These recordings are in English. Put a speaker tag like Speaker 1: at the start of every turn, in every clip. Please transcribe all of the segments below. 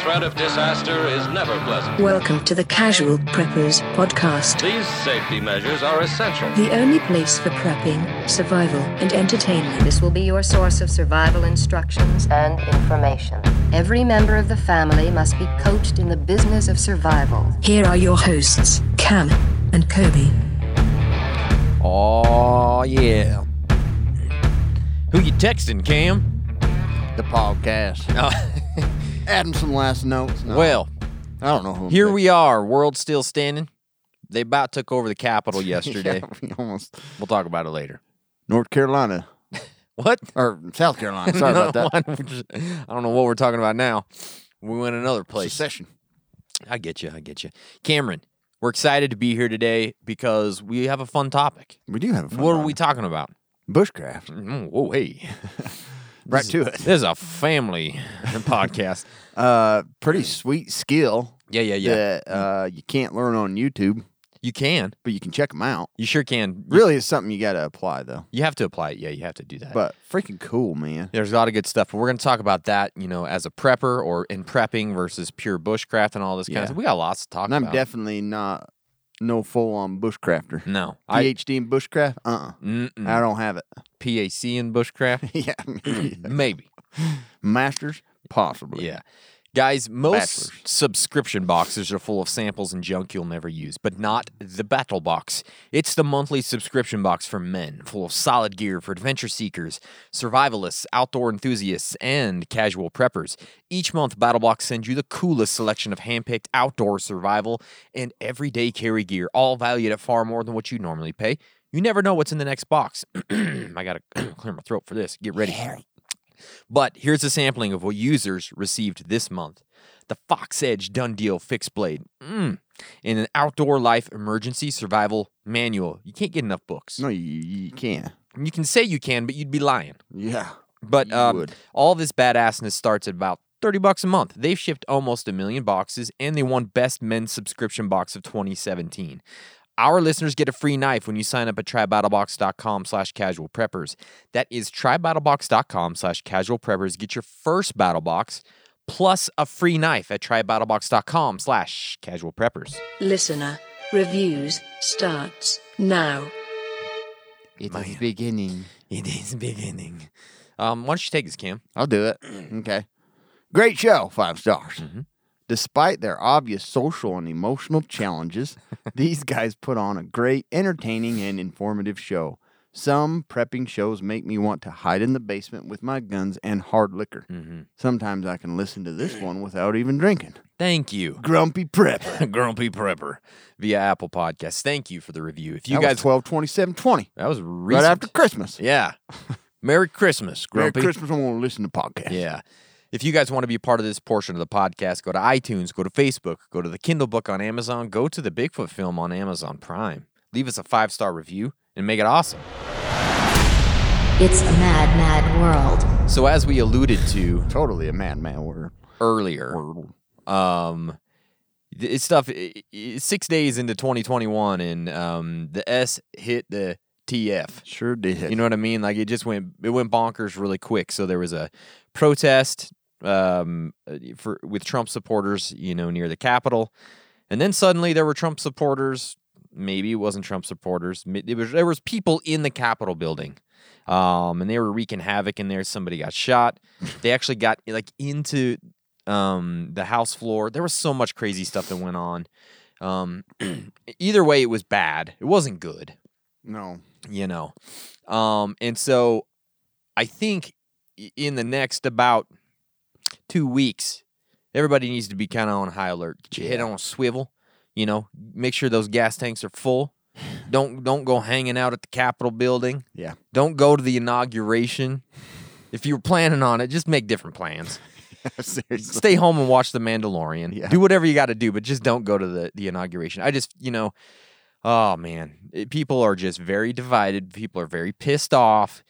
Speaker 1: threat of disaster is never pleasant.
Speaker 2: Welcome to the Casual Preppers Podcast,
Speaker 1: These safety measures are essential.
Speaker 2: the only place for prepping, survival, and entertainment.
Speaker 3: This will be your source of survival instructions and information. Every member of the family must be coached in the business of survival.
Speaker 2: Here are your hosts, Cam and Kobe.
Speaker 4: Oh yeah,
Speaker 5: Who you texting, Cam?
Speaker 4: the podcast.
Speaker 5: Uh,
Speaker 4: Adding some last notes. No,
Speaker 5: well,
Speaker 4: I don't know who. I'm
Speaker 5: here
Speaker 4: pick-
Speaker 5: we are. World still standing. They about took over the Capitol yesterday.
Speaker 4: Yeah, we almost
Speaker 5: We'll talk about it later.
Speaker 4: North Carolina
Speaker 5: What?
Speaker 4: or South Carolina. Sorry about that.
Speaker 5: I don't know what we're talking about now. We went another place.
Speaker 4: Secession.
Speaker 5: I get you. I get you. Cameron, we're excited to be here today because we have a fun topic.
Speaker 4: We do have a fun
Speaker 5: what are
Speaker 4: time.
Speaker 5: we talking about?
Speaker 4: bushcraft?
Speaker 5: Mm, whoa, hey.
Speaker 4: Right to it.
Speaker 5: This is a family podcast.
Speaker 4: Uh, pretty sweet skill
Speaker 5: Yeah, yeah, Mm. yeah.
Speaker 4: that uh, you can't learn on YouTube,
Speaker 5: You can.
Speaker 4: but you can check them out.
Speaker 5: You sure can. You-
Speaker 4: Really, it's something you got to apply though.
Speaker 5: You have to apply it. Yeah, you have to do that.
Speaker 4: But freaking cool, man.
Speaker 5: There's a lot of good stuff, but we're going to talk about that, you know, as a prepper or in prepping versus pure bushcraft and all this kind
Speaker 4: Yeah.
Speaker 5: of stuff. We got lots to talk
Speaker 4: And I'm
Speaker 5: about.
Speaker 4: definitely not no full on bushcrafter.
Speaker 5: no, I
Speaker 4: PhD in bushcraft? Uh. uh I
Speaker 5: mm-mm.
Speaker 4: don't have it.
Speaker 5: PAC in bushcraft,
Speaker 4: yeah.
Speaker 5: maybe.
Speaker 4: Masters? Possibly.
Speaker 5: Yeah, guys, most
Speaker 4: Bachelors.
Speaker 5: subscription boxes are full of samples and junk you'll never use, but not the Battle Box. It's the monthly subscription box for men, full of solid gear for adventure seekers, survivalists, outdoor enthusiasts, and casual preppers. Each month, Battle Box sends you the coolest selection of handpicked outdoor survival and everyday carry gear, all valued at far more than what you normally pay. You never know what's in the next box. I gotta clear my throat for this. Get ready. But here's a sampling of what users received this month. The Fox Edge Done Deal Fixed Blade. Mm. In an outdoor life emergency survival manual. You can't get enough books.
Speaker 4: No, you, you can't.
Speaker 5: You can say you can, but you'd be lying.
Speaker 4: Yeah.
Speaker 5: But
Speaker 4: You
Speaker 5: um,
Speaker 4: would.
Speaker 5: all this badassness starts at about 30 bucks a month. They've shipped almost a million boxes and they won Best Men's Subscription Box of 2017. Our listeners get a free knife when you sign up at trybattlebox.com slash casual preppers. That is trybattlebox.com slash casual preppers. Get your first battle box plus a free knife at trybattlebox.com slash casual preppers.
Speaker 2: Listener reviews starts now.
Speaker 4: It
Speaker 5: Man.
Speaker 4: is beginning.
Speaker 5: It is beginning. Um, why don't you take this, Cam?
Speaker 4: I'll do it.
Speaker 5: Mm.
Speaker 4: Okay. Great show, five stars.
Speaker 5: Mm-hmm.
Speaker 4: Despite their obvious social and emotional challenges, these guys put on a great, entertaining, and informative show. Some prepping shows make me want to hide in the basement with my guns and hard liquor.
Speaker 5: Mm-hmm.
Speaker 4: Sometimes I can listen to this one without even drinking.
Speaker 5: Thank you.
Speaker 4: Grumpy Prepper.
Speaker 5: Grumpy Prepper via Apple Podcasts. Thank you for the review. If you
Speaker 4: that
Speaker 5: guys,
Speaker 4: was 12 27 20,
Speaker 5: that was
Speaker 4: right
Speaker 5: recent.
Speaker 4: after Christmas.
Speaker 5: Yeah. Merry Christmas,
Speaker 4: Merry
Speaker 5: Grumpy.
Speaker 4: Christmas, I want to listen to podcasts.
Speaker 5: Yeah. If you guys want to be a part of this portion of the podcast, go to iTunes, go to Facebook, go to the Kindle book on Amazon, go to the Bigfoot film on Amazon Prime. Leave us a five star review and make it awesome.
Speaker 3: It's a mad, mad world.
Speaker 5: So, as we alluded to
Speaker 4: Totally a madman word.
Speaker 5: earlier, um, th- it's stuff i- i- six days into 2021, and um, the S hit the TF.
Speaker 4: Sure did.
Speaker 5: You know what I mean? Like it just went it went bonkers really quick. So there was a protest um uh, for with Trump supporters, you know, near the Capitol. And then suddenly there were Trump supporters, maybe it wasn't Trump supporters. ma- It was there was people in the Capitol building. Um and they were wreaking havoc in there. Somebody got shot. They actually got like into um the house floor. There was so much crazy stuff that went on. Um either way it was bad. It wasn't good
Speaker 4: No.
Speaker 5: you know um and so i think i- in the next about two weeks everybody needs to be kind of on high alert get your head on a swivel you know make sure those gas tanks are full don't don't go hanging out at the capitol building
Speaker 4: Yeah.
Speaker 5: don't go to the inauguration if you were planning on it just make different plans
Speaker 4: Seriously.
Speaker 5: stay home and watch the mandalorian
Speaker 4: Yeah.
Speaker 5: do whatever you got to do but just don't go to the, the inauguration i just you know oh man It- people are just very divided people are very pissed off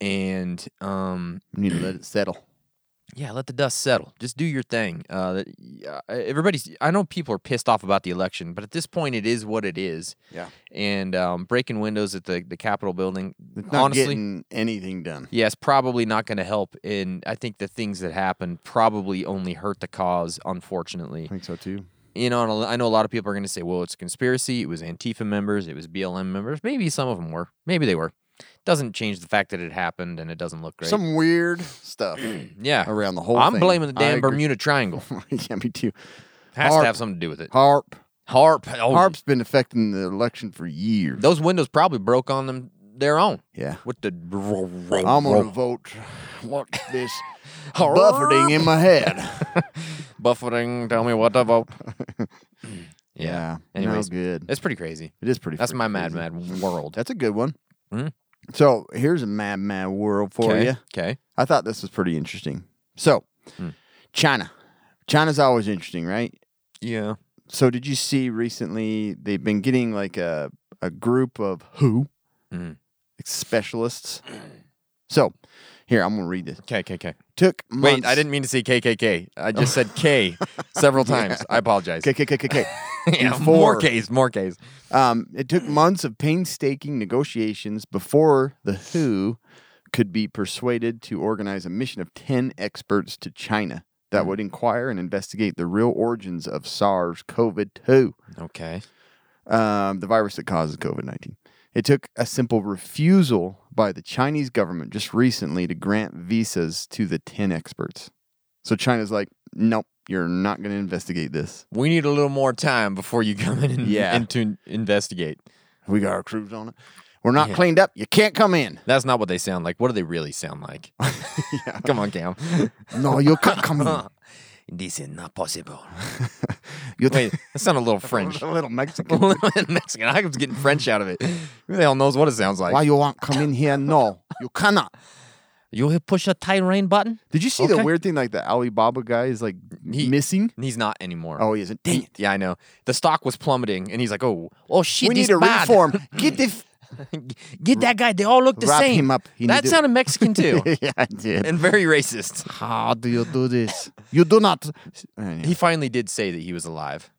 Speaker 5: and um
Speaker 4: You need to let it settle.
Speaker 5: Yeah, let the dust settle. Just do your thing. Uh, that- yeah, everybody's. I know people are pissed off about the election, but at this point, it is what it is.
Speaker 4: Yeah.
Speaker 5: And um, breaking windows at the the Capitol building,
Speaker 4: It's not
Speaker 5: honestly,
Speaker 4: getting anything done.
Speaker 5: yeah, it's probably not going to help. And I think the things that happened probably only hurt the cause. Unfortunately,
Speaker 4: I think so too.
Speaker 5: you know, and a- I know a lot of people are going to say, "Well, it's a conspiracy. It was Antifa members. It was BLM members. Maybe some of them were. Maybe they were." Doesn't change the fact that it happened, and it doesn't look great.
Speaker 4: Some weird stuff.
Speaker 5: yeah,
Speaker 4: around the whole
Speaker 5: I'm
Speaker 4: thing.
Speaker 5: blaming the
Speaker 4: I
Speaker 5: damn
Speaker 4: agree.
Speaker 5: Bermuda Triangle.
Speaker 4: yeah, me too.
Speaker 5: Has
Speaker 4: Harp.
Speaker 5: to have something to do with it.
Speaker 4: Harp.
Speaker 5: Harp. Oh,
Speaker 4: Harp's been affecting the election for years.
Speaker 5: Those windows probably broke on them their own.
Speaker 4: Yeah.
Speaker 5: With the
Speaker 4: I'm gonna vote. What this buffeting in my head.
Speaker 5: buffeting. Tell me what to vote. yeah. Anyways,
Speaker 4: no good.
Speaker 5: it's pretty crazy.
Speaker 4: It is pretty.
Speaker 5: That's my
Speaker 4: freaking
Speaker 5: mad
Speaker 4: crazy.
Speaker 5: mad world.
Speaker 4: That's a good one.
Speaker 5: Mhm.
Speaker 4: So here's a mad mad world for you.
Speaker 5: Okay.
Speaker 4: I thought this was pretty interesting. So, China. China's always interesting, right?
Speaker 5: Yeah.
Speaker 4: So, did you see recently they've been getting like a, a group of who
Speaker 5: Mhm.
Speaker 4: specialists? So, here, I'm going to read this.
Speaker 5: Okay. Okay. Okay.
Speaker 4: Took
Speaker 5: Wait,
Speaker 4: months.
Speaker 5: I didn't mean to say KKK. I just said K several times. I apologize.
Speaker 4: Okay, okay, okay, okay.
Speaker 5: yeah, more
Speaker 4: Before-
Speaker 5: K's. More K's.
Speaker 4: Um, it took months of painstaking negotiations before the WHO could be persuaded to organize a mission of 10 experts to China
Speaker 5: Mm.
Speaker 4: that would inquire and investigate the real origins of SARS CoV 2,
Speaker 5: Okay.
Speaker 4: um, the virus that causes COVID 19. It took a simple refusal by the Chinese government just recently to grant visas to the 10 experts. So China's like, nope, you're not going to investigate this.
Speaker 5: We need a little more time before you come in and,
Speaker 4: Yeah.
Speaker 5: and to investigate.
Speaker 4: We got our crews on it. We're not cleaned up. You can't come in.
Speaker 5: That's not what they sound like. What do they really sound like? Come on, Cam.
Speaker 4: No, you can't come in.
Speaker 5: this is not possible.
Speaker 4: You
Speaker 5: Wait, that sounded a little French.
Speaker 4: a little Mexican.
Speaker 5: Mexican. I was getting French out of it. Who the hell knows what it sounds like?
Speaker 4: Why you want come in here? No, you cannot.
Speaker 5: You will push a Tyrain button?
Speaker 4: Did you see the
Speaker 5: Okay.
Speaker 4: weird thing? Like the Alibaba guy is like
Speaker 5: He-
Speaker 4: missing.
Speaker 5: He's not anymore.
Speaker 4: Oh, he isn't. Dang it!
Speaker 5: Yeah, I know. The stock was plummeting, and he's like, "Oh, oh shit,
Speaker 4: we
Speaker 5: this
Speaker 4: need a
Speaker 5: bad.
Speaker 4: reform. Get the. F-
Speaker 5: Get that guy. They all look the
Speaker 4: Wrap
Speaker 5: same.
Speaker 4: him up. He
Speaker 5: that
Speaker 4: need to-
Speaker 5: sounded Mexican too,
Speaker 4: yeah, I did.
Speaker 5: and very racist.
Speaker 4: How do you do this? You do not. Anyway,
Speaker 5: He finally did say that he was alive,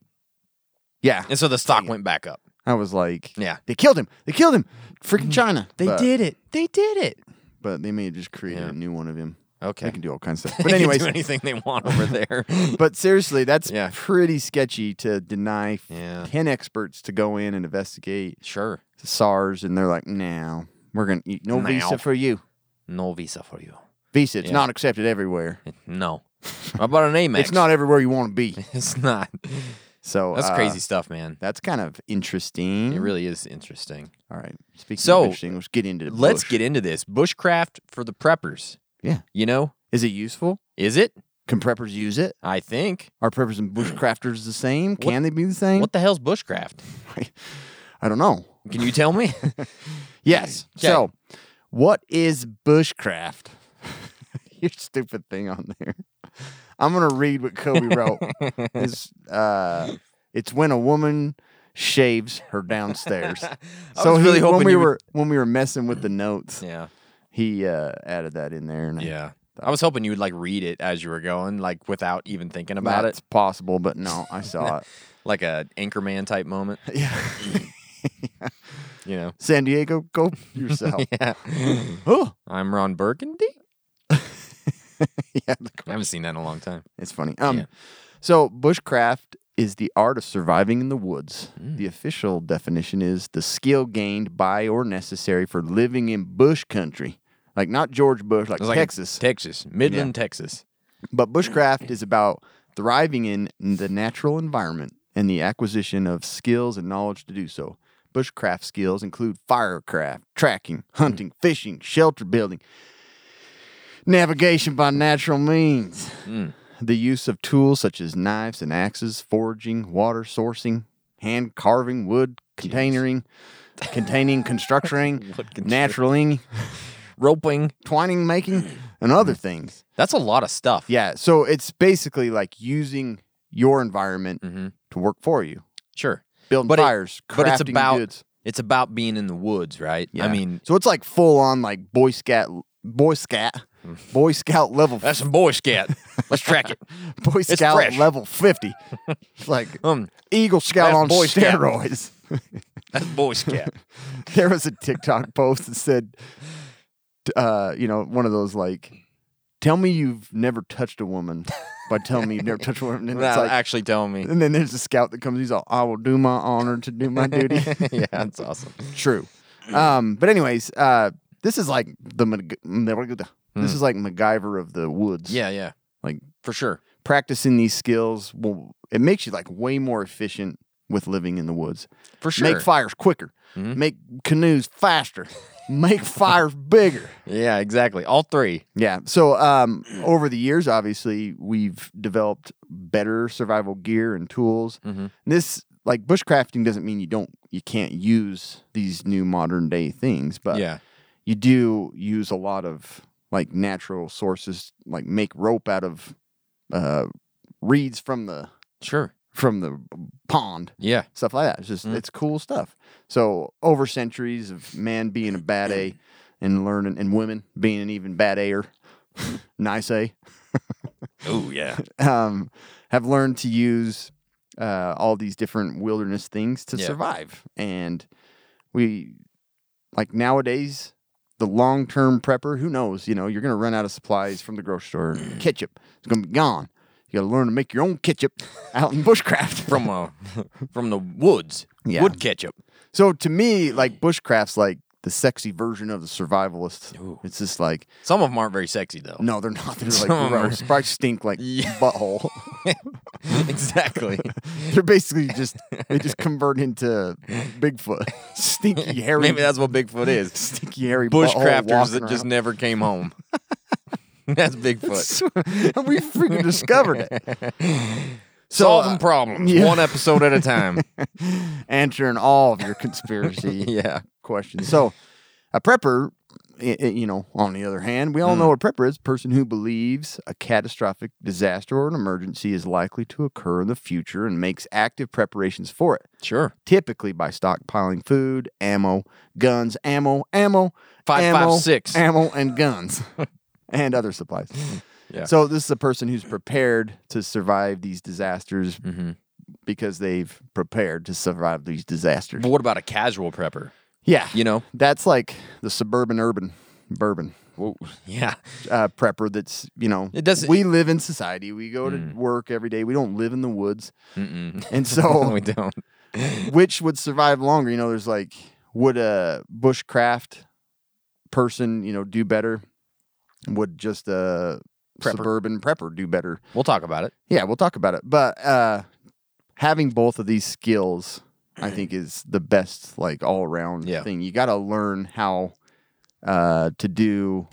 Speaker 4: Yeah,
Speaker 5: and so the stock went back up.
Speaker 4: I was like,
Speaker 5: Yeah.
Speaker 4: they killed him. They killed him. Freaking China.
Speaker 5: They
Speaker 4: Mm-hmm. But-
Speaker 5: did it. They did it.
Speaker 4: but they may have just created
Speaker 5: Yeah.
Speaker 4: a new one of him.
Speaker 5: Okay.
Speaker 4: They can do all kinds of stuff.
Speaker 5: They
Speaker 4: But
Speaker 5: can
Speaker 4: anyways,
Speaker 5: do anything they want over there.
Speaker 4: But seriously, that's
Speaker 5: Yeah.
Speaker 4: pretty sketchy to deny
Speaker 5: Yeah.
Speaker 4: 10 experts to go in and investigate
Speaker 5: sure.
Speaker 4: SARS. And they're like, no, we're going to, no
Speaker 5: Now.
Speaker 4: visa for you.
Speaker 5: No visa for you.
Speaker 4: Visa, it's
Speaker 5: Yeah.
Speaker 4: not accepted everywhere.
Speaker 5: No. How about an Amex?
Speaker 4: It's not everywhere you want to be.
Speaker 5: It's not.
Speaker 4: So
Speaker 5: That's
Speaker 4: uh, hmm?
Speaker 5: crazy stuff, man.
Speaker 4: That's kind of interesting.
Speaker 5: It really is interesting.
Speaker 4: All right. Speaking
Speaker 5: So,
Speaker 4: of interesting, let's get into the
Speaker 5: Let's
Speaker 4: bush.
Speaker 5: get into this bushcraft for the preppers.
Speaker 4: Yeah.
Speaker 5: You know,
Speaker 4: Is it useful?
Speaker 5: is it?
Speaker 4: Can preppers use it?
Speaker 5: I think.
Speaker 4: Are preppers and bushcrafters the same? Can they be the same?
Speaker 5: What the hell's bushcraft?
Speaker 4: I don't know.
Speaker 5: Can you tell me?
Speaker 4: Yes.
Speaker 5: 'Kay.
Speaker 4: So, what is bushcraft? Your stupid thing on there. I'm gonna read what Kobe wrote. it's, uh, it's when a woman shaves her downstairs.
Speaker 5: was really hoping
Speaker 4: when we
Speaker 5: you would-
Speaker 4: were when we were messing with the notes,
Speaker 5: yeah.
Speaker 4: he uh, added that in there. And I-
Speaker 5: Yeah. I was hoping you would like read it as you were going, like without even thinking about
Speaker 4: that's
Speaker 5: it,
Speaker 4: possible, but no, I saw it.
Speaker 5: like a anchorman type moment.
Speaker 4: Yeah.
Speaker 5: You know.
Speaker 4: San Diego, go yourself.
Speaker 5: Yeah.
Speaker 4: Oh,
Speaker 5: I'm Ron Burgundy.
Speaker 4: yeah, the
Speaker 5: I haven't seen that in a long time.
Speaker 4: It's funny. Um,
Speaker 5: Yeah.
Speaker 4: so bushcraft is the art of surviving in the woods.
Speaker 5: Mm.
Speaker 4: The official definition is the skill gained by or necessary for living in bush country, like not George Bush, like
Speaker 5: It's like
Speaker 4: Texas.
Speaker 5: Texas, Midland, Texas.
Speaker 4: but bushcraft is about thriving in the natural environment and the acquisition of skills and knowledge to do so. Bushcraft skills include firecraft, tracking, hunting, fishing, shelter building, navigation by natural means the use of tools such as knives and axes, foraging, water sourcing, hand carving, wood containering, containing, constructing, naturaling,
Speaker 5: Roping.
Speaker 4: twining making, and other things.
Speaker 5: That's a lot of stuff.
Speaker 4: Yeah, so it's basically like using your environment
Speaker 5: Mhm.
Speaker 4: to work for you,
Speaker 5: Sure.
Speaker 4: building
Speaker 5: But it-
Speaker 4: fires, crafting
Speaker 5: but it's about-
Speaker 4: goods.
Speaker 5: It's about being in the woods, right?
Speaker 4: Yeah.
Speaker 5: I mean,
Speaker 4: so it's like full on like Boy Scout, Boy Scout Boy Scout level
Speaker 5: That's some Boy Scout. Let's track it.
Speaker 4: Boy
Speaker 5: It's
Speaker 4: Scout
Speaker 5: fresh.
Speaker 4: level 50. It's like
Speaker 5: Um,
Speaker 4: Eagle Scout
Speaker 5: that's
Speaker 4: on
Speaker 5: Boy Scout.
Speaker 4: steroids.
Speaker 5: That's Boy Scout.
Speaker 4: there was a TikTok post that said, uh, you know, one of those like, tell me you've never touched a woman by telling me you've never touched a woman. And, it's
Speaker 5: Without
Speaker 4: like,
Speaker 5: actually telling me.
Speaker 4: and then there's a scout that comes, he's all, I will do my honor to do my duty.
Speaker 5: yeah, that's awesome.
Speaker 4: True. Um, but anyways, uh, this is like the, Mag- this is like MacGyver of the woods.
Speaker 5: Hmm. Yeah, yeah,
Speaker 4: Like
Speaker 5: for sure.
Speaker 4: practicing these skills will it makes you like way more efficient with living in the woods.
Speaker 5: For sure. Hmm.
Speaker 4: Make fires quicker. Make canoes faster. make fires bigger.
Speaker 5: Yeah, exactly. All three.
Speaker 4: Yeah. So um, over the years, obviously, we've developed better survival gear and tools. This like bushcrafting doesn't mean you don't you can't use these new modern day things, but
Speaker 5: yeah.
Speaker 4: you do use a lot of like natural sources, like make rope out of uh, reeds from the
Speaker 5: Sure.
Speaker 4: from the pond,
Speaker 5: Yeah.
Speaker 4: stuff like that. It's just it's cool stuff. So over centuries of man being a bad A and learning, and women being an even bad Aer, nice A,
Speaker 5: Oh yeah.
Speaker 4: um, have learned to use uh, all these different wilderness things to
Speaker 5: Yeah.
Speaker 4: survive. And we like nowadays. The long-term prepper, who knows? You know, you're gonna run out of supplies from the grocery store. ketchup is gonna be gone. You gotta learn to make your own ketchup out in bushcraft.
Speaker 5: From uh, from the woods.
Speaker 4: Yeah.
Speaker 5: Wood ketchup.
Speaker 4: So to me, like bushcraft's like the sexy version of the survivalist.
Speaker 5: Ooh.
Speaker 4: It's just like
Speaker 5: Some of them aren't very sexy though.
Speaker 4: no, they're not. They're
Speaker 5: Some of
Speaker 4: like
Speaker 5: 'em are-
Speaker 4: gross. Probably stink like
Speaker 5: Yeah.
Speaker 4: butthole.
Speaker 5: exactly.
Speaker 4: they're basically just they just convert into Bigfoot, stinky hairy.
Speaker 5: Maybe that's what Bigfoot is.
Speaker 4: stinky hairy butthole
Speaker 5: Bushcrafters that
Speaker 4: walking
Speaker 5: just
Speaker 4: around.
Speaker 5: never came home. that's Bigfoot.
Speaker 4: and we freaking discovered it.
Speaker 5: Solving
Speaker 4: uh,
Speaker 5: problems
Speaker 4: yeah.
Speaker 5: one episode at a time.
Speaker 4: Answering all of your conspiracy
Speaker 5: yeah.
Speaker 4: questions. So, a prepper, i- i- you know, on the other hand, we all
Speaker 5: Hmm.
Speaker 4: know what a prepper is a person who believes a catastrophic disaster or an emergency is likely to occur in the future and makes active preparations for it,
Speaker 5: Sure.
Speaker 4: typically by stockpiling food, ammo, guns, ammo, ammo,
Speaker 5: Five, five,
Speaker 4: ammo,
Speaker 5: six. Hmm.
Speaker 4: ammo, and guns. And other supplies.
Speaker 5: Yeah.
Speaker 4: So this is a person who's prepared to survive these disasters
Speaker 5: hmm
Speaker 4: because they've prepared to survive these disasters.
Speaker 5: But what about a casual prepper?
Speaker 4: Yeah,
Speaker 5: You know?
Speaker 4: that's like the suburban urban bourbon
Speaker 5: Yeah.
Speaker 4: uh, prepper that's you know
Speaker 5: It doesn't- Mm.
Speaker 4: we live in society we go to work every day we don't live in the woods
Speaker 5: Mm-mm.
Speaker 4: and so
Speaker 5: we don't.
Speaker 4: which would survive longer you know there's like would a bushcraft person you know do better would just a
Speaker 5: Prepper.
Speaker 4: suburban prepper do better
Speaker 5: We'll talk about it.
Speaker 4: yeah we'll talk about it but uh having both of these skills i think is the best like all around
Speaker 5: Yeah.
Speaker 4: thing you got to learn how uh to do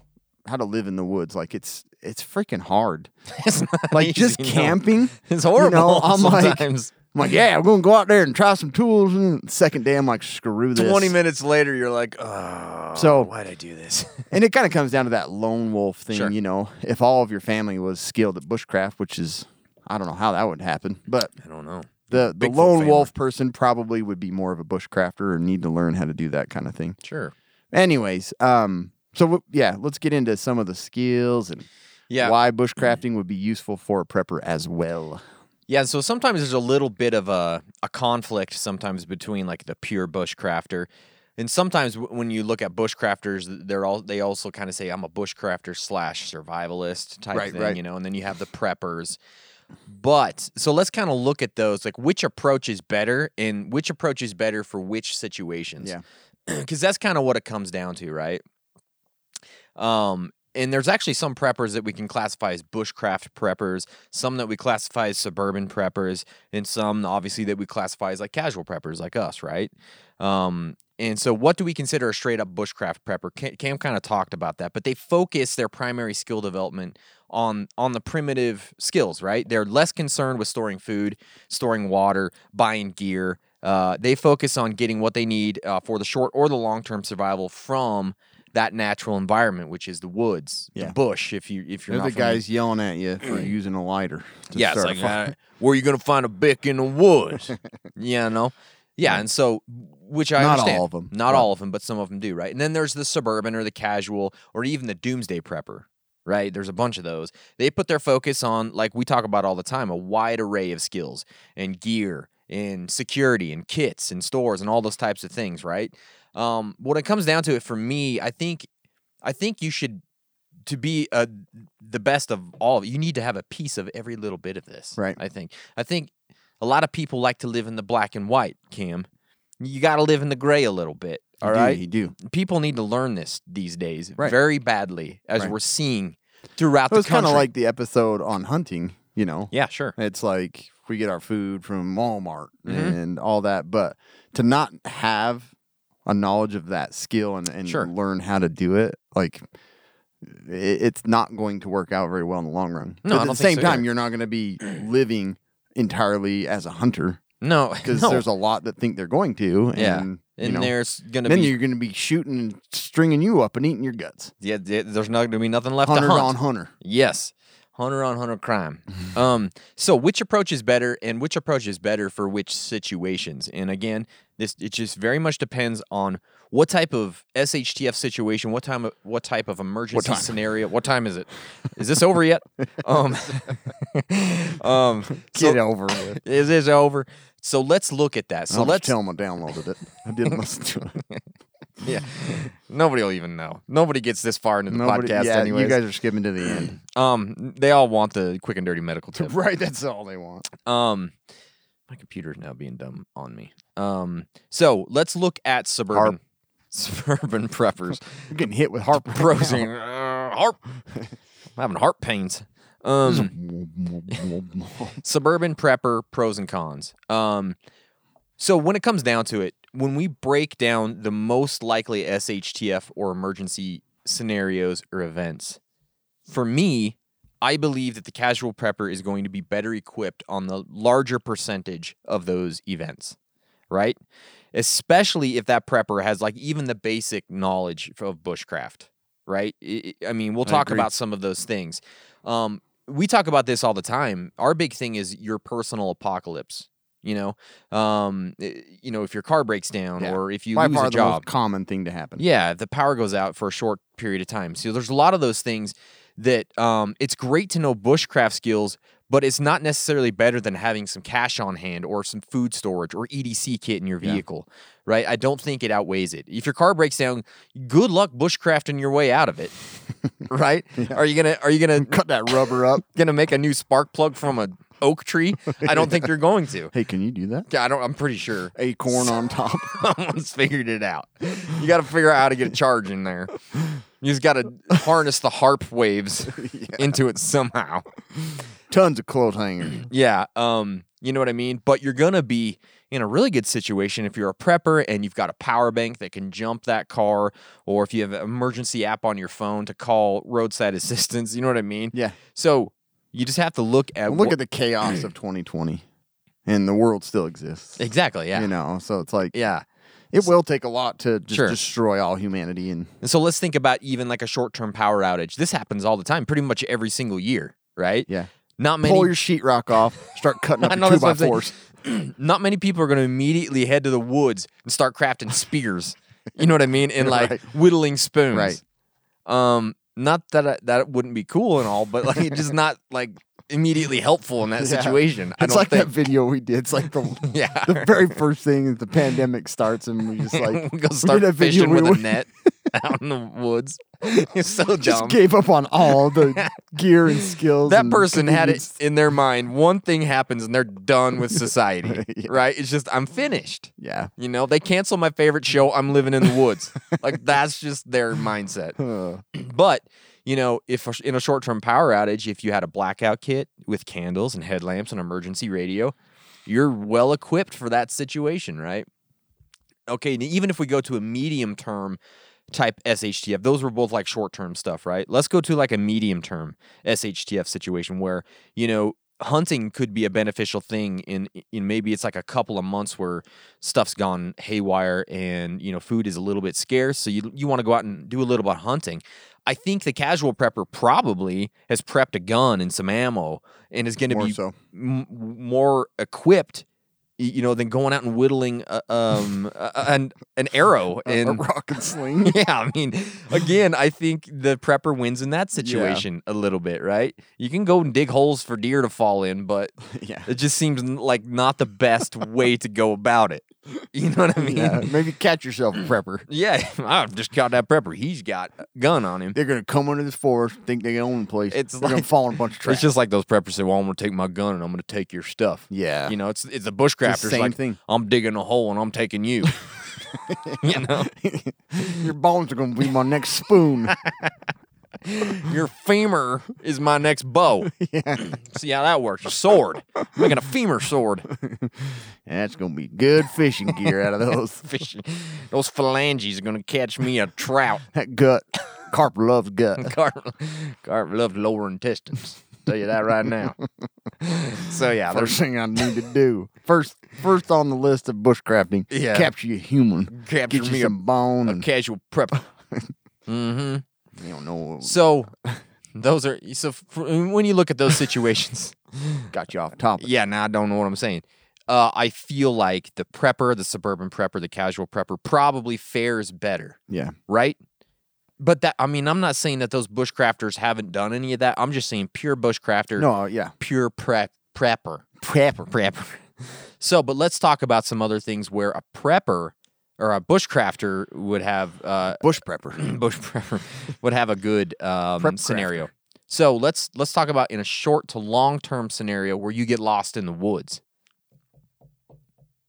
Speaker 4: how to live in the woods like it's it's freaking hard
Speaker 5: It's not
Speaker 4: like just
Speaker 5: easy, no.
Speaker 4: camping
Speaker 5: It's horrible
Speaker 4: I'm like-
Speaker 5: sometimes.
Speaker 4: i'm like yeah i'm gonna go out there and try some tools and second day i'm like screw this
Speaker 5: 20 minutes later, you're like, oh,
Speaker 4: So-
Speaker 5: why'd I do this?
Speaker 4: and it kind of comes down to that lone wolf thing
Speaker 5: Sure.
Speaker 4: you know if all of your family was skilled at bushcraft which is i don't know how that would happen but
Speaker 5: I don't know.
Speaker 4: the the
Speaker 5: Bigfoot
Speaker 4: lone
Speaker 5: famer.
Speaker 4: wolf person probably would be more of a bushcrafter or need to learn how to do that kind of thing.
Speaker 5: Sure.
Speaker 4: Anyways, um, so w- yeah, let's get into some of the skills and
Speaker 5: Yeah.
Speaker 4: why bushcrafting would be useful for a prepper as well.
Speaker 5: Yeah, so sometimes there's a little bit of a, a conflict sometimes between like the pure bushcrafter, and sometimes w- when you look at bushcrafters, they're all they also kind of say I'm a bushcrafter slash survivalist type
Speaker 4: Right,
Speaker 5: thing,
Speaker 4: right.
Speaker 5: you know, and then you have the preppers. But so let's kind of look at those like which approach is better and which approach is better for which situations.
Speaker 4: Yeah.
Speaker 5: because that's kind of what it comes down to, right? Um, and there's actually some preppers that we can classify as bushcraft preppers, some that we classify as suburban preppers, and some obviously that we classify as like casual preppers, like us, right? Um, and so, what do we consider a straight up bushcraft prepper? Cam, Cam kind of talked about that, but they focus their primary skill development on on the primitive skills, right? They're less concerned with storing food, storing water, buying gear. Uh, they focus on getting what they need uh, for the short or the long term survival from that natural environment, which is the woods,
Speaker 4: Yeah.
Speaker 5: the bush. If you if you're
Speaker 4: They're the
Speaker 5: not familiar-
Speaker 4: guys yelling at you for using a lighter. to
Speaker 5: yeah, it's
Speaker 4: start a
Speaker 5: like,
Speaker 4: fire.
Speaker 5: uh, where you gonna find a bick in the woods? you know, yeah, and so which I
Speaker 4: Not all
Speaker 5: understand.
Speaker 4: of 'em,
Speaker 5: not
Speaker 4: but-
Speaker 5: all of them, but some of them do, right? And then there's the suburban or the casual or even the doomsday prepper, right? There's a bunch of those. They put their focus on, like we talk about all the time, a wide array of skills and gear and security and kits and stores and all those types of things, right? Um, when it comes down to it, for me, I think, I think you should to be uh, the best of all. You need to have a piece of every little bit of this,
Speaker 4: Right.
Speaker 5: I think. I think a lot of people like to live in the black and white, Cam. You got to live in the gray a little bit. All
Speaker 4: you
Speaker 5: right
Speaker 4: do, you do.
Speaker 5: people need to learn this these days
Speaker 4: Right.
Speaker 5: very badly as
Speaker 4: Right.
Speaker 5: we're seeing throughout
Speaker 4: It was
Speaker 5: the
Speaker 4: kind
Speaker 5: country.
Speaker 4: of like the episode on hunting. You know,
Speaker 5: yeah, sure.
Speaker 4: It's like we get our food from Walmart
Speaker 5: Mhm.
Speaker 4: and all that, but to not have a knowledge of that skill and, and
Speaker 5: Sure.
Speaker 4: learn how to do it, like i- it's not going to work out very well in the long run.
Speaker 5: No, I
Speaker 4: But at
Speaker 5: don't
Speaker 4: the
Speaker 5: think
Speaker 4: same
Speaker 5: so
Speaker 4: time,
Speaker 5: either.
Speaker 4: you're not going to be living entirely as a hunter
Speaker 5: No,
Speaker 4: because
Speaker 5: no.
Speaker 4: there's a lot that think they're going to. And,
Speaker 5: Yeah.
Speaker 4: you
Speaker 5: and
Speaker 4: know,
Speaker 5: there's gonna
Speaker 4: then
Speaker 5: be
Speaker 4: you're going to be shooting, and stringing you up, and eating your guts.
Speaker 5: yeah, there- there's not gonna be nothing left
Speaker 4: Hunter
Speaker 5: to hunt.
Speaker 4: on hunter.
Speaker 5: Yes. Hunter on hunter crime. um, so which approach is better and which approach is better for which situations? And again, this it just very much depends on what type of SHTF situation, what time of what type of emergency
Speaker 4: time?
Speaker 5: scenario, what time is it? Is this over yet? um, um
Speaker 4: Get
Speaker 5: so-
Speaker 4: over with.
Speaker 5: It is over. So let's look at that. So
Speaker 4: I'll
Speaker 5: let's
Speaker 4: just tell them I downloaded it. I didn't listen to it.
Speaker 5: yeah. Nobody will even know. Nobody gets this far into the podcast
Speaker 4: yeah,
Speaker 5: anyways.
Speaker 4: You guys are skipping to the end.
Speaker 5: um, they all want the quick and dirty medical tip.
Speaker 4: right, that's all they want.
Speaker 5: Um, my computer is now being dumb on me. Um, so let's look at suburban suburban preppers.
Speaker 4: You're getting hit with harp
Speaker 5: Browsing uh, harp. I'm having heart pains. Um, suburban prepper pros and cons. Um, so when it comes down to it, when we break down the most likely SHTF or emergency scenarios or events, for me, I believe that the casual prepper is going to be better equipped on the larger percentage of those events, right? Especially if that prepper has like even the basic knowledge of bushcraft, right? I- I I mean, we'll
Speaker 4: I
Speaker 5: talk
Speaker 4: agree.
Speaker 5: about some of those things. Um, we talk about this all the time. Our big thing is your personal apocalypse. You know, um, i- you know, if your car breaks down
Speaker 4: Yeah.
Speaker 5: or if you
Speaker 4: By
Speaker 5: lose
Speaker 4: far
Speaker 5: a
Speaker 4: the
Speaker 5: job,
Speaker 4: most common thing to happen.
Speaker 5: yeah, if the power goes out for a short period of time. So there's a lot of those things that um, it's great to know bushcraft skills, but it's not necessarily better than having some cash on hand or some food storage or EDC kit in your
Speaker 4: Yeah.
Speaker 5: vehicle, right? I don't think it outweighs it. If your car breaks down, good luck bushcrafting your way out of it, right? Are you gonna are you gonna
Speaker 4: Cut that rubber up.
Speaker 5: gonna make a new spark plug from a oak tree? I don't think you're going to.
Speaker 4: Hey, can you do that?
Speaker 5: Yeah, I don't. I'm pretty sure
Speaker 4: Acorn on top.
Speaker 5: someone's figured it out. You got to figure out how to get a charge in there. You just got to harness the harp waves into it somehow.
Speaker 4: Tons of clothes hangers.
Speaker 5: Yeah, um, you know what I mean. But you're gonna be in a really good situation if you're a prepper and you've got a power bank that can jump that car, or if you have an emergency app on your phone to call roadside assistance. You know what I mean?
Speaker 4: Yeah.
Speaker 5: So you just have to look at
Speaker 4: Look
Speaker 5: wha-
Speaker 4: at the chaos of 2020, and the world still exists.
Speaker 5: exactly. Yeah.
Speaker 4: You know, so it's like
Speaker 5: Yeah.
Speaker 4: it will take a lot to just
Speaker 5: Sure.
Speaker 4: destroy all humanity, and
Speaker 5: And so let's think about even like a short-term power outage. This happens all the time, pretty much every single year, right?
Speaker 4: yeah,
Speaker 5: Not many
Speaker 4: pull your sheetrock off, start cutting
Speaker 5: I
Speaker 4: up
Speaker 5: know,
Speaker 4: your two
Speaker 5: that's what
Speaker 4: by
Speaker 5: I'm saying.
Speaker 4: fours.
Speaker 5: not many people are going to immediately head to the woods and start crafting spears. You know what I mean? And like
Speaker 4: Right.
Speaker 5: whittling spoons.
Speaker 4: Right.
Speaker 5: Um not that I, that wouldn't be cool and all, but like it's just not like immediately helpful in that
Speaker 4: Yeah.
Speaker 5: situation. I
Speaker 4: It's
Speaker 5: don't
Speaker 4: like that
Speaker 5: think.
Speaker 4: video we did. It's like the
Speaker 5: Yeah.
Speaker 4: the very first thing is the pandemic starts and we just like
Speaker 5: we
Speaker 4: we
Speaker 5: go
Speaker 4: did
Speaker 5: start
Speaker 4: that video,
Speaker 5: fishing
Speaker 4: we
Speaker 5: with a
Speaker 4: went-
Speaker 5: net out in the woods. It's so
Speaker 4: just
Speaker 5: dumb.
Speaker 4: gave up on all the gear and skills.
Speaker 5: that
Speaker 4: and
Speaker 5: person had it
Speaker 4: convenience.
Speaker 5: in their mind. One thing happens and they're done with society,
Speaker 4: Yeah.
Speaker 5: right? It's just I'm finished.
Speaker 4: Yeah.
Speaker 5: You know, they cancel my favorite show. I'm living in the woods. like that's just their mindset.
Speaker 4: Uh,
Speaker 5: But you know, if a- in a short-term power outage, if you had a blackout kit with candles and headlamps and emergency radio, you're well equipped for that situation, right? Okay, and even if we go to a medium-term type SHTF, those were both like short-term stuff, right? Let's go to like a medium-term SHTF situation where you know hunting could be a beneficial thing in in maybe it's like a couple of months where stuff's gone haywire and you know food is a little bit scarce so you you want to go out and do a little bit of hunting i think the casual prepper probably has prepped a gun and some ammo and is going to
Speaker 4: more
Speaker 5: be
Speaker 4: so.
Speaker 5: m- more equipped y- you know, than going out and whittling uh, um a- a- an an arrow
Speaker 4: a, a
Speaker 5: and
Speaker 4: rock and sling.
Speaker 5: yeah, I mean, again, I think the prepper wins in that situation a little bit, right? You can go and dig holes for deer to fall in, but
Speaker 4: yeah.
Speaker 5: it just seems n- like not the best way to go about it. You know what I mean?
Speaker 4: yeah.
Speaker 5: Yeah,
Speaker 4: Maybe catch yourself, prepper.
Speaker 5: I've just caught that prepper. He's got a gun on him.
Speaker 4: They're gonna come into this forest, think they own the place.
Speaker 5: It's
Speaker 4: They're gonna
Speaker 5: like-
Speaker 4: fall in a bunch of traps.
Speaker 5: It's just like those preppers say, "Well, I'm gonna take my gun and I'm gonna take your stuff."
Speaker 4: Yeah.
Speaker 5: you know, it's it's the bushcrafters
Speaker 4: same
Speaker 5: like,
Speaker 4: thing.
Speaker 5: "I'm digging a hole and I'm taking you." you know,
Speaker 4: your bones are gonna be my next spoon.
Speaker 5: your femur is my next bow. See how that works? A sword, making a femur sword.
Speaker 4: That's gonna be good fishing gear out of those.
Speaker 5: Fish, those phalanges are gonna catch me a trout.
Speaker 4: that gut. Carp loves gut.
Speaker 5: Carp, carp loved lower intestines. Tell you that right now. so yeah,
Speaker 4: First
Speaker 5: there's
Speaker 4: thing I need to do. First first on the list of bushcrafting.
Speaker 5: Yeah.
Speaker 4: Capture a human.
Speaker 5: Capture
Speaker 4: Get you
Speaker 5: me a-
Speaker 4: some bone
Speaker 5: a
Speaker 4: and
Speaker 5: casual prepper. mm-hmm.
Speaker 4: you don't know
Speaker 5: So those are so f- when you look at those situations.
Speaker 4: got you off topic.
Speaker 5: Yeah, now I don't know what I'm saying. Uh, I feel like the prepper, the suburban prepper, the casual prepper probably fares better,
Speaker 4: Yeah.
Speaker 5: right? But that, I mean, I'm not saying that those bushcrafters haven't done any of that. I'm just saying pure bushcrafter,
Speaker 4: No, yeah.
Speaker 5: pure prep prepper,
Speaker 4: Prepper.
Speaker 5: prepper. So, but let's talk about some other things where a prepper or a bushcrafter would have uh,
Speaker 4: Bush prepper.
Speaker 5: bush prepper would have a good um,
Speaker 4: Prep
Speaker 5: scenario. So let's let's talk about in a short to long term scenario where you get lost in the woods.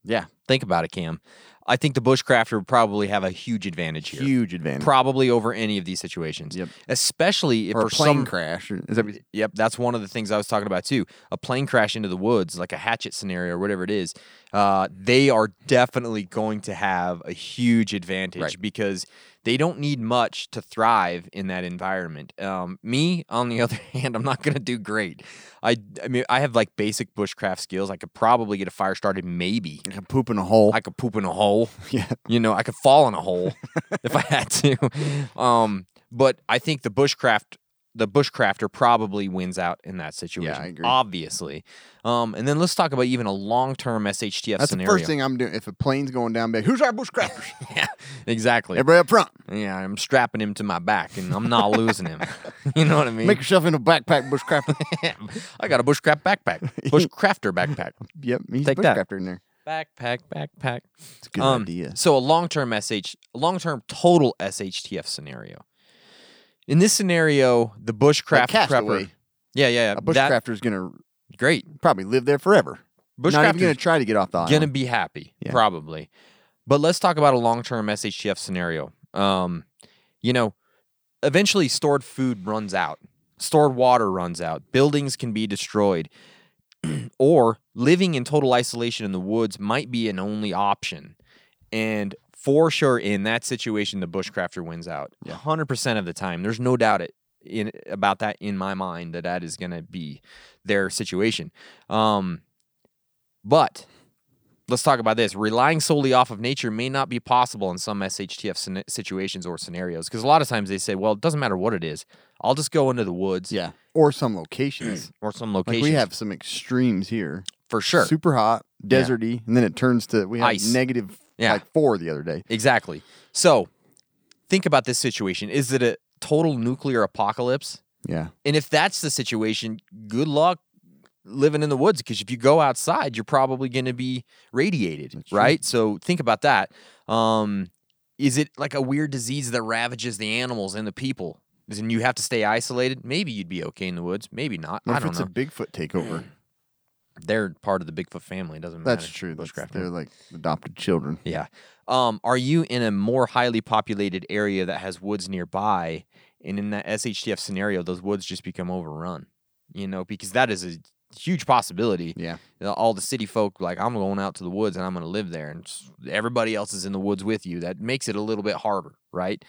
Speaker 4: Yeah.
Speaker 5: Think about it, Cam. I think the bushcrafter would probably have a huge advantage here,
Speaker 4: Huge advantage.
Speaker 5: probably over any of these situations.
Speaker 4: Yep.
Speaker 5: Especially if
Speaker 4: or a
Speaker 5: for
Speaker 4: plane
Speaker 5: some
Speaker 4: crash. Is that what-
Speaker 5: Yep, that's one of the things I was talking about too. A plane crash into the woods, like a hatchet scenario or whatever it is, uh, they are definitely going to have a huge advantage
Speaker 4: Right.
Speaker 5: because they don't need much to thrive in that environment. Um, me, on the other hand, I'm not going to do great. I, I mean, I have like basic bushcraft skills. I could probably get a fire started, maybe.
Speaker 4: like a poop in a hole.
Speaker 5: I could poop in a hole.
Speaker 4: Yeah.
Speaker 5: You know, I could fall in a hole if I had to. Um, but I think the bushcraft the bushcrafter probably wins out in that situation.
Speaker 4: agree.
Speaker 5: Obviously. Um, and then let's talk about even a long term SHTF
Speaker 4: That's
Speaker 5: scenario.
Speaker 4: the first thing I'm doing. If a plane's going down, big, who's our bushcrafters?
Speaker 5: yeah, exactly.
Speaker 4: Everybody up front.
Speaker 5: yeah, I'm strapping him to my back and I'm not losing him. you know what I mean?
Speaker 4: Make yourself into a backpack bushcrafter.
Speaker 5: I got a bushcraft backpack. Bushcrafter backpack.
Speaker 4: yep, he's
Speaker 5: Take
Speaker 4: a
Speaker 5: that.
Speaker 4: bushcrafter in there.
Speaker 5: Backpack, backpack.
Speaker 4: It's a good
Speaker 5: Um,
Speaker 4: idea.
Speaker 5: So a long-term SH, long-term total SHTF scenario. In this scenario, the bushcraft
Speaker 4: Castaway.
Speaker 5: prepper. Yeah, yeah, yeah.
Speaker 4: A
Speaker 5: that-
Speaker 4: bushcrafter's gonna
Speaker 5: great.
Speaker 4: probably live there forever. Not even gonna
Speaker 5: Bushcrafter's
Speaker 4: try to get off the island.
Speaker 5: gonna be happy,
Speaker 4: Yeah.
Speaker 5: probably. But let's talk about a long-term SHTF scenario. Um, you know, eventually stored food runs out, stored water runs out, buildings can be destroyed, or living in total isolation in the woods might be an only option. And for sure, in that situation, the bushcrafter wins out.
Speaker 4: Yeah.
Speaker 5: 100% of the time. There's no doubt it, in, about that in my mind that that is going to be their situation. Um, but let's talk about this. Relying solely off of nature may not be possible in some SHTF scen- situations or scenarios because a lot of times they say, well, it doesn't matter what it is. I'll just go into the woods
Speaker 4: yeah, or some locations.
Speaker 5: or some
Speaker 4: like
Speaker 5: location.
Speaker 4: we have some extremes here.
Speaker 5: for sure.
Speaker 4: Super hot, deserty, and then it turns to we had
Speaker 5: Ice.
Speaker 4: negative
Speaker 5: Yeah.
Speaker 4: like four the other day.
Speaker 5: Exactly. So think about this situation. Is it a total nuclear apocalypse?
Speaker 4: Yeah,
Speaker 5: And if that's the situation, good luck living in the woods because if you go outside, you're probably going to be radiated,
Speaker 4: That's true.
Speaker 5: right? So think about that. Um, is it like a weird disease that ravages the animals and the people? And you have to stay isolated? Maybe you'd be okay in the woods. Maybe not.
Speaker 4: what
Speaker 5: I
Speaker 4: if
Speaker 5: don't
Speaker 4: it's
Speaker 5: know.
Speaker 4: a Bigfoot takeover?
Speaker 5: They're part of the Bigfoot family. It doesn't matter.
Speaker 4: That's true. That's,
Speaker 5: Bushcraft.
Speaker 4: they're like adopted children.
Speaker 5: Yeah. Um, are you in a more highly populated area that has woods nearby? And in that SHTF scenario, those woods just become overrun, you know, because that is a huge possibility.
Speaker 4: Yeah,
Speaker 5: You know, All the city folk, like, I'm going out to the woods and I'm going to live there. And s- everybody else is in the woods with you. That makes it a little bit harder, right?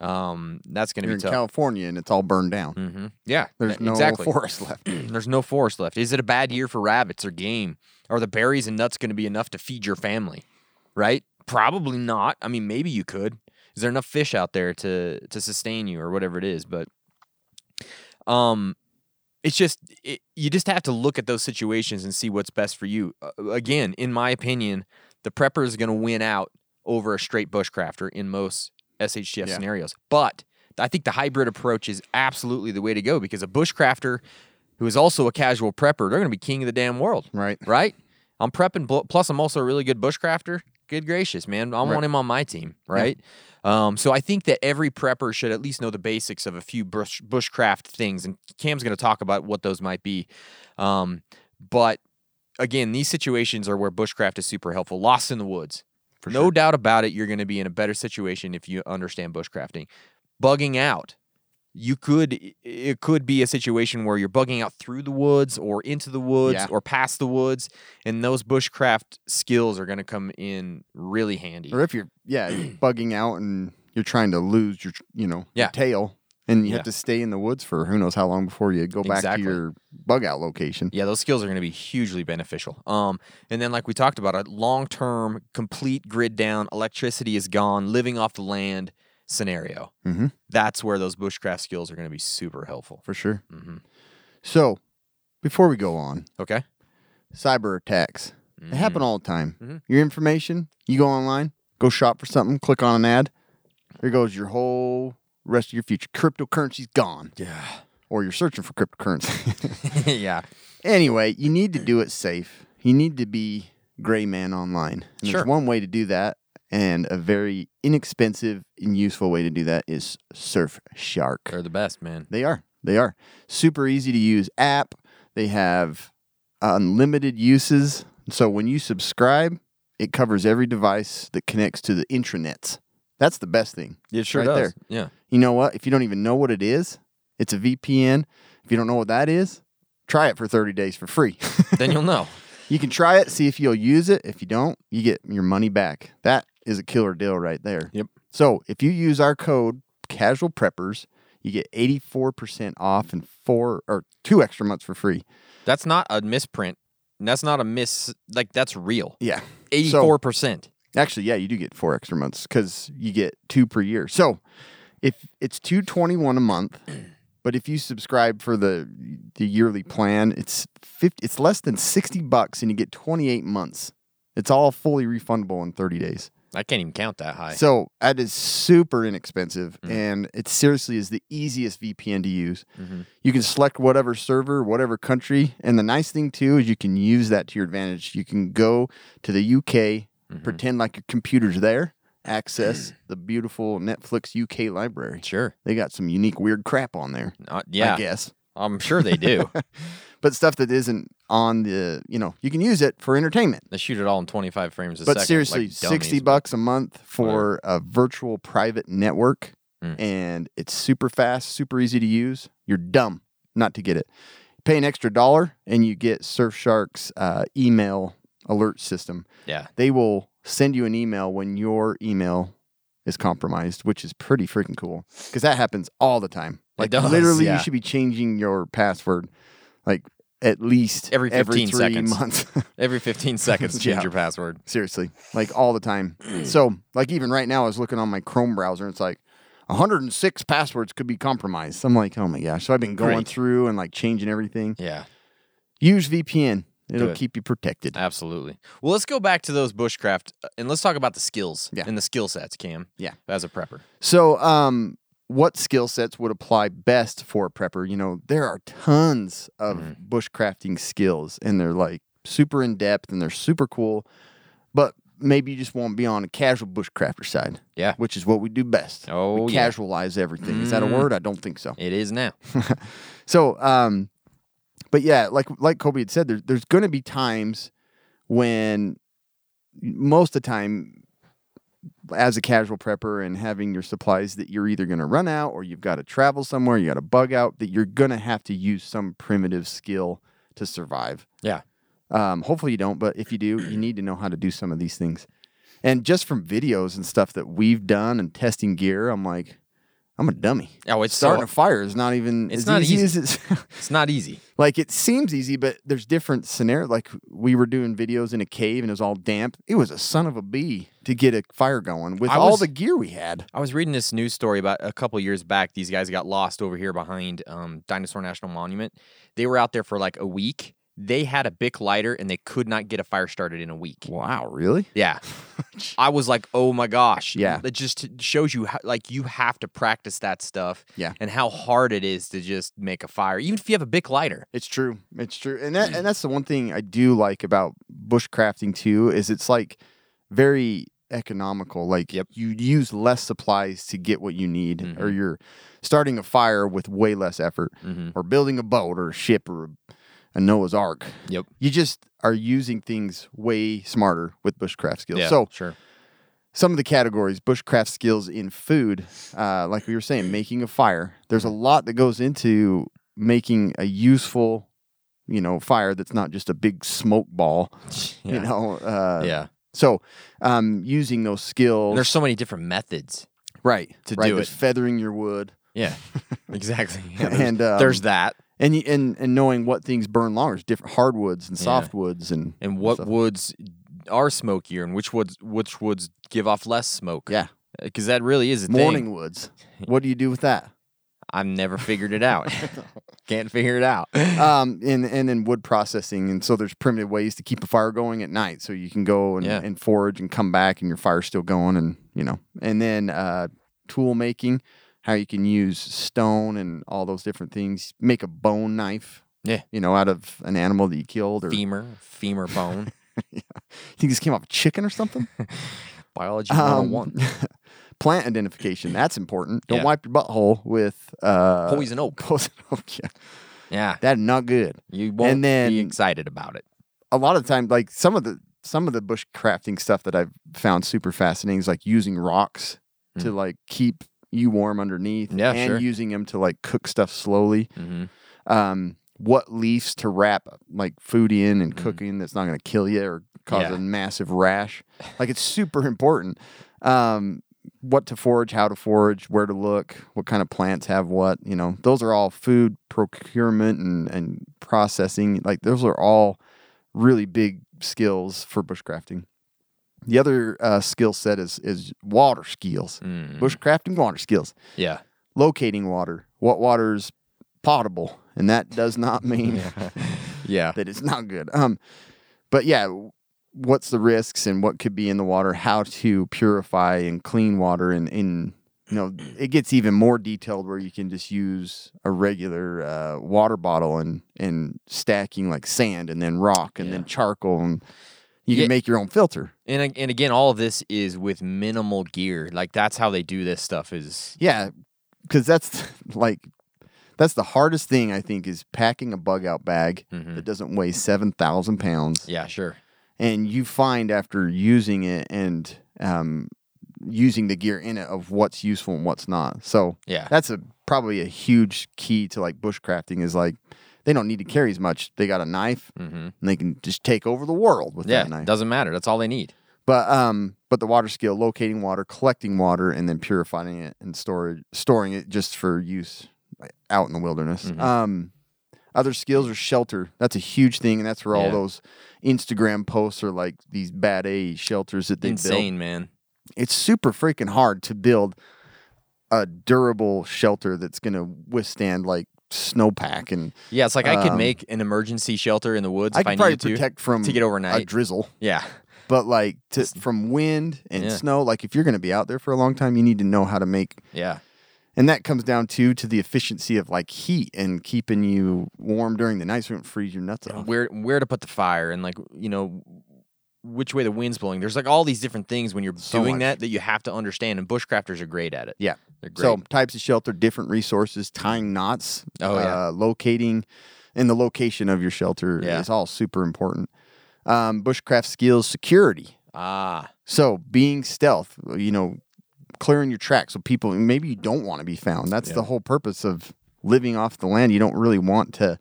Speaker 5: Um, that's going to
Speaker 4: you're
Speaker 5: be
Speaker 4: in
Speaker 5: tough.
Speaker 4: California and it's all burned down.
Speaker 5: hmm Yeah.
Speaker 4: There's
Speaker 5: e-
Speaker 4: no
Speaker 5: exactly.
Speaker 4: forest left.
Speaker 5: There's no forest left. Is it a bad year for rabbits or game? Are the berries and nuts going to be enough to feed your family? Right? Probably not. I mean, maybe you could. Is there enough fish out there to to sustain you or whatever it is? But um, it's just it, you just have to look at those situations and see what's best for you. Uh, again, in my opinion, the prepper is going to win out over a straight bushcrafter in most SHTF
Speaker 4: Yeah.
Speaker 5: scenarios. But I think the hybrid approach is absolutely the way to go because a bushcrafter who is also a casual prepper, they're going to be king of the damn world.
Speaker 4: Right.
Speaker 5: Right? I'm prepping bl- plus I'm also a really good bushcrafter. Good gracious, man. I
Speaker 4: Right.
Speaker 5: want him on my team, right? Um, so I think that every prepper should at least know the basics of a few bush, bushcraft things, and Cam's going to talk about what those might be. Um, but again, these situations are where bushcraft is super helpful. Lost in the woods, no doubt about it. You're going to be in a better situation if you understand bushcrafting. Bugging out, you could i- it could be a situation where you're bugging out through the woods or into the woods
Speaker 4: Yeah.
Speaker 5: or past the woods, and those bushcraft skills are going to come in really handy.
Speaker 4: Or if you're, yeah, you're bugging out and you're trying to lose your, you know, your
Speaker 5: Yeah.
Speaker 4: tail, and you
Speaker 5: Yeah.
Speaker 4: have to stay in the woods for who knows how long before you go back
Speaker 5: Exactly.
Speaker 4: to your bug out location.
Speaker 5: Yeah, those skills are going to be hugely beneficial. Um, and then like we talked about, a long-term, complete grid down, electricity is gone, living off the land scenario.
Speaker 4: Mhm.
Speaker 5: That's where those bushcraft skills are going to be super helpful.
Speaker 4: for sure.
Speaker 5: Mhm.
Speaker 4: So, before we go on,
Speaker 5: Okay.
Speaker 4: cyber attacks. They happen all the time.
Speaker 5: Mhm.
Speaker 4: Your information, you go online, go shop for something, click on an ad. There goes your whole rest of your future. Cryptocurrency's gone,
Speaker 5: Yeah.
Speaker 4: or you're searching for cryptocurrency.
Speaker 5: yeah.
Speaker 4: anyway, you need to do it safe. You need to be gray man online. And
Speaker 5: Sure.
Speaker 4: There's one way to do that, and a very inexpensive and useful way to do that is Surfshark.
Speaker 5: They're the best, man.
Speaker 4: They are. They are super easy to use app. They have unlimited uses. So when you subscribe, it covers every device that connects to the intranets. That's the best thing.
Speaker 5: It
Speaker 4: sure does.
Speaker 5: Yeah.
Speaker 4: You know what? If you don't even know what it is, it's a VPN. If you don't know what that is, try it for 30 days for free.
Speaker 5: then you'll know.
Speaker 4: you can try it, see if you'll use it. If you don't, you get your money back. That is a killer deal right there.
Speaker 5: Yep.
Speaker 4: So if you use our code casual preppers, you get 84% off and four or two extra months for free.
Speaker 5: That's not a misprint. That's not a miss. Like that's real.
Speaker 4: Yeah.
Speaker 5: Eighty-four percent.
Speaker 4: Actually, yeah, you do get four extra months because you get two per year. So if it's two twenty one a month, but if you subscribe for the the yearly plan, it's 50, it's less than sixty bucks and you get twenty eight months. It's all fully refundable in thirty days.
Speaker 5: I Mm-hmm. can't even count that high.
Speaker 4: So that is super inexpensive, and it seriously is the easiest VPN to use.
Speaker 5: Mm-hmm.
Speaker 4: You can select whatever server, whatever country, and the nice thing too is you can use that to your advantage. You can go to the UK,
Speaker 5: Mm-hmm.
Speaker 4: pretend like your computer's there, access the beautiful Netflix UK library.
Speaker 5: sure.
Speaker 4: They got some unique, weird crap on there.
Speaker 5: Not, yeah.
Speaker 4: I guess
Speaker 5: I'm sure they do.
Speaker 4: but stuff that isn't on the you know you can use it for entertainment
Speaker 5: they shoot it all in 25 frames a
Speaker 4: but
Speaker 5: second. like
Speaker 4: seriously 60
Speaker 5: dummies.
Speaker 4: bucks a month for a virtual private network
Speaker 5: Mm.
Speaker 4: and it's super fast super easy to use you're dumb not to get it pay an extra dollar and you get surfshark's uh, email alert system
Speaker 5: Yeah.
Speaker 4: they will send you an email when your email is compromised which is pretty freaking cool because that happens all the time like
Speaker 5: does,
Speaker 4: literally
Speaker 5: yeah.
Speaker 4: you should be changing your password like at least
Speaker 5: Every 15
Speaker 4: three
Speaker 5: seconds.
Speaker 4: months
Speaker 5: Every 15 seconds, change
Speaker 4: Yeah.
Speaker 5: your password.
Speaker 4: Seriously, like all the time. so, like even right now, I was looking on my Chrome browser, and it's like 106 passwords could be compromised. I'm like, oh my gosh! So I've been going
Speaker 5: Great.
Speaker 4: through and like changing everything.
Speaker 5: Yeah.
Speaker 4: Use VPN; it'll
Speaker 5: it.
Speaker 4: keep you protected.
Speaker 5: Absolutely. Well, let's go back to those bushcraft uh, and let's talk about the skills
Speaker 4: Yeah.
Speaker 5: and the skill sets, Cam.
Speaker 4: Yeah.
Speaker 5: As a prepper.
Speaker 4: So, um, what skill sets would apply best for a prepper? You know, there are tons of
Speaker 5: Mm-hmm.
Speaker 4: bushcrafting skills, and they're like super in depth and they're super cool. But maybe you just want to be on a casual bushcrafter side.
Speaker 5: Yeah.
Speaker 4: which is what we do best.
Speaker 5: Oh,
Speaker 4: we
Speaker 5: yeah. Mm-hmm.
Speaker 4: casualize everything. Is that a word? I don't think so.
Speaker 5: It is now.
Speaker 4: So, um, but yeah, like like Kobe had said, there, there's going to be times when most of the time, as a casual prepper and having your supplies, that you're either going to run out or you've got to travel somewhere, you got to bug out, that you're going to have to use some primitive skill to survive.
Speaker 5: Yeah.
Speaker 4: Um, hopefully you don't, but if you do, you need to know how to do some of these things. And just from videos and stuff that we've done and testing gear, I'm like, I I'm a dummy.
Speaker 5: Oh, it's so-
Speaker 4: starting a fire is not even
Speaker 5: It's
Speaker 4: as
Speaker 5: not
Speaker 4: easy,
Speaker 5: easy.
Speaker 4: as it's
Speaker 5: It's not easy.
Speaker 4: like it seems easy, but there's different scenarios. Like we were doing videos in a cave and it was all damp. It was a son of a bee to get a fire going with
Speaker 5: I
Speaker 4: all
Speaker 5: was-
Speaker 4: the gear we had.
Speaker 5: I was reading this news story about a couple years back. These guys got lost over here behind um, Dinosaur National Monument. They were out there for like a week. They had a Bic lighter and they could not get a fire started in a week.
Speaker 4: Wow, really?
Speaker 5: Yeah. I was like, oh my gosh.
Speaker 4: Yeah.
Speaker 5: It just shows you how, like, you have to practice that stuff.
Speaker 4: Yeah.
Speaker 5: And how hard it is to just make a fire, even if you have a Bic lighter.
Speaker 4: It's true. It's true. And that and that's the one thing I do like about bushcrafting too is it's like very economical. Like you use less supplies to get what you need or you're starting a fire with way less effort or building a boat or a ship or a- a Noah's ark.
Speaker 5: Yep.
Speaker 4: You just are using things way smarter with bushcraft skills. so
Speaker 5: sure.
Speaker 4: some of the categories bushcraft skills in food uh, like we were saying making a fire there's a
Speaker 5: Mm-hmm.
Speaker 4: lot that goes into making a useful you know fire that's not just a big smoke ball you
Speaker 5: Yeah.
Speaker 4: know uh,
Speaker 5: yeah.
Speaker 4: so um, using those skills
Speaker 5: And there's so many different methes.
Speaker 4: right
Speaker 5: to
Speaker 4: right
Speaker 5: do
Speaker 4: there's
Speaker 5: it.
Speaker 4: feathering your wood
Speaker 5: Yeah. exactly. Yeah, there's,
Speaker 4: And, um,
Speaker 5: there's that.
Speaker 4: and, you, and and knowing what things burn longer is different hardwoods and softwoods and
Speaker 5: and what
Speaker 4: stuff.
Speaker 5: woods are smokier and which woods which woods give off less smoke.
Speaker 4: Yeah.
Speaker 5: because that really is a
Speaker 4: morning
Speaker 5: thing.
Speaker 4: woods what do you do with that
Speaker 5: I've never figured it out. Can't figure it out.
Speaker 4: um, and and then wood processing, and so there's primitive ways to keep a fire going at night, so you can go and,
Speaker 5: Yeah.
Speaker 4: and forage and come back, and your fire's still going, and you know, and then uh, tool making, how you can use stone and all those different things, make a bone knife,
Speaker 5: Yeah.
Speaker 4: you know, out of an animal that you killed, or I
Speaker 5: Femur, femur bone,
Speaker 4: think this came off a chicken or something.
Speaker 5: biology
Speaker 4: Um,
Speaker 5: 101.
Speaker 4: plant identification, that's important. Don't
Speaker 5: Yeah.
Speaker 4: wipe your butthole with uh,
Speaker 5: Poison oak.
Speaker 4: Poison oak, yeah,
Speaker 5: Yeah,
Speaker 4: that's not good.
Speaker 5: you won't
Speaker 4: then-
Speaker 5: be excited about it.
Speaker 4: a lot of the time, like some of the some of the bushcrafting stuff that I've found super fascinating is like using rocks to like keep you warm underneath,
Speaker 5: Hmm. Yeah,
Speaker 4: and
Speaker 5: sure.
Speaker 4: using them to like cook stuff slowly.
Speaker 5: Mhm.
Speaker 4: Um, what leaves to wrap like food in and cooking that's not going to kill you or cause
Speaker 5: Yeah.
Speaker 4: a massive rash. Like it's super important. Um, what to forage, how to forage, where to look, what kind of plants have what, you know, those are all food procurement and, and processing. Like those are all really big skills for bushcrafting. The other uh, skill set is is water skills, bushcrafting water skills,
Speaker 5: Yeah,
Speaker 4: locating water, what water's potable, and that does not mean
Speaker 5: yeah,
Speaker 4: that it's not good. Um, but yeah, w- what's the risks and what could be in the water? How to purify and clean water and in you know it gets even more detailed where you can just use a regular uh, water bottle and and stacking like sand and then rock and then charcoal and you
Speaker 5: Yeah.
Speaker 4: can make your own filter.
Speaker 5: and ag- and again, all of this is with minimal gear. Like that's how they do this stuff. Is
Speaker 4: Yeah, because that's like that's the hardest thing I think is packing a bug out bag that doesn't weigh seven thousand pounds.
Speaker 5: Mm-hmm. yeah, sure.
Speaker 4: and you find after using it and um, using the gear in it of what's useful and what's not. So
Speaker 5: Yeah.
Speaker 4: that's a probably a huge key to like bushcrafting is like they don't need to carry as much. They got a knife and they can just take over the world with
Speaker 5: Mm-hmm. Yeah,
Speaker 4: that knife.
Speaker 5: doesn't matter. That's all they need.
Speaker 4: But um, but the water skill, locating water, collecting water, and then purifying it and storage, storing it just for use like, out in the wilderness.
Speaker 5: Mm-hmm.
Speaker 4: Um, other skills are shelter. That's a huge thing, and that's where all
Speaker 5: Yeah.
Speaker 4: those Instagram posts are like these bad A shelters that they
Speaker 5: Insane,
Speaker 4: built.
Speaker 5: man.
Speaker 4: It's super freaking hard to build a durable shelter that's gonna withstand like snowpack and
Speaker 5: Yeah, it's like I could make an emergency shelter in the woods
Speaker 4: Um, I
Speaker 5: if
Speaker 4: could
Speaker 5: I
Speaker 4: probably
Speaker 5: needed to
Speaker 4: protect from
Speaker 5: to get
Speaker 4: a
Speaker 5: overnight.
Speaker 4: drizzle.
Speaker 5: yeah,
Speaker 4: but like to, from wind and
Speaker 5: Yeah.
Speaker 4: snow like if you're going to be out there for a long time you need to know how to make
Speaker 5: yeah,
Speaker 4: and that comes down to to the efficiency of like heat and keeping you warm during the night so you don't freeze your nuts off
Speaker 5: where where to put the fire and like you know which way the wind's blowing. There's like all these different things when you're
Speaker 4: So
Speaker 5: doing
Speaker 4: much.
Speaker 5: that that you have to understand. And bushcrafters are great at it.
Speaker 4: yeah
Speaker 5: they're great.
Speaker 4: so types of shelter different resources tying knots
Speaker 5: Oh, yeah.
Speaker 4: uh, locating and the location of your shelter
Speaker 5: Yeah.
Speaker 4: is all super important um, bushcraft skills security
Speaker 5: ah,
Speaker 4: So being stealth, you know, clearing your tracks so people maybe you don't want to be found. That's the whole purpose of living off the land. You don't really want to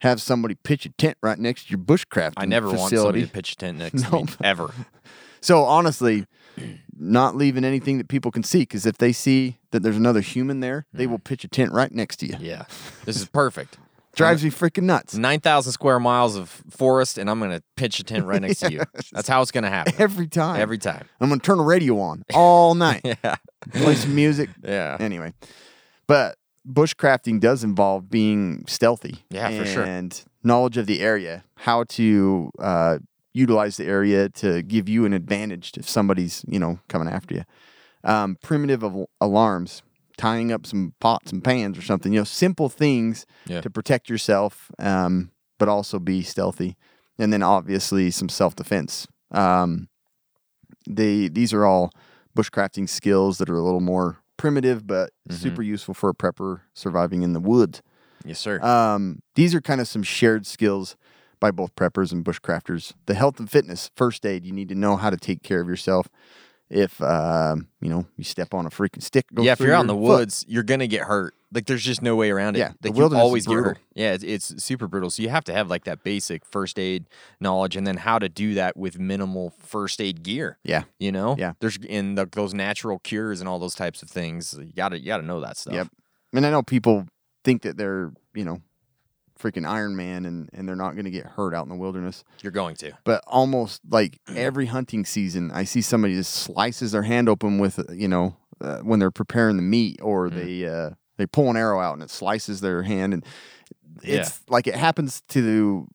Speaker 4: have somebody pitch a tent right next to your bushcraft.
Speaker 5: I never want
Speaker 4: facility.
Speaker 5: somebody to pitch a tent next to me
Speaker 4: Nope.
Speaker 5: ever.
Speaker 4: So honestly, not leaving anything that people can see because if they see that there's another human there, they will pitch a tent right next to you.
Speaker 5: Mm-hmm. Yeah. Mm. This is perfect.
Speaker 4: Drives me freaking nuts.
Speaker 5: 9,000 square miles of forest, and I'm going to pitch a tent right next to you. That's how it's going to happen.
Speaker 4: Every time.
Speaker 5: Every time.
Speaker 4: I'm gonna turn the radio on all night. yeah. Play some music.
Speaker 5: Yeah.
Speaker 4: Anyway. But bushcrafting does involve being stealthy.
Speaker 5: Yeah, for sure.
Speaker 4: And knowledge of the area, how to uh, utilize the area to give you an advantage if somebody's, you know, coming after you. Um, primitive al- alarms, tying up some pots and pans or something, you know, simple things
Speaker 5: Yeah.
Speaker 4: to protect yourself, um, but also be stealthy. And then obviously some self defense. Um, they these are all bushcrafting skills that are a little more primitive but
Speaker 5: Mm-hmm.
Speaker 4: super useful for a prepper surviving in the woods.
Speaker 5: Yes, sir.
Speaker 4: Um, these are kind of some shared skills by both preppers and bushcrafters. The health and fitness, first aid, you need to know how to take care of yourself. If um, you know you step on a freaking stick, goes
Speaker 5: yeah, if
Speaker 4: through
Speaker 5: you're out in the
Speaker 4: your foot.
Speaker 5: woods, you're gonna get hurt. Like there's just no way around it.
Speaker 4: Yeah, the
Speaker 5: like,
Speaker 4: wilderness
Speaker 5: you
Speaker 4: is
Speaker 5: always get
Speaker 4: brutal.
Speaker 5: hurt. Yeah, it's, it's super brutal. So you have to have like that basic first aid knowledge, and then how to do that with minimal first aid gear.
Speaker 4: Yeah.
Speaker 5: you know.
Speaker 4: Yeah.
Speaker 5: there's and the, those natural cures and all those types of things. You gotta you gotta know that stuff.
Speaker 4: Yep. And I know people think that they're you know freaking Iron Man and and they're not going to get hurt out in the wilderness.
Speaker 5: you're going to.
Speaker 4: but almost like
Speaker 5: Mm.
Speaker 4: every hunting season, I see somebody just slices their hand open with uh, you know uh, when they're preparing the meat, or
Speaker 5: Mm.
Speaker 4: they uh, they pull an arrow out and it slices their hand, and
Speaker 5: Yeah.
Speaker 4: it's like it happens to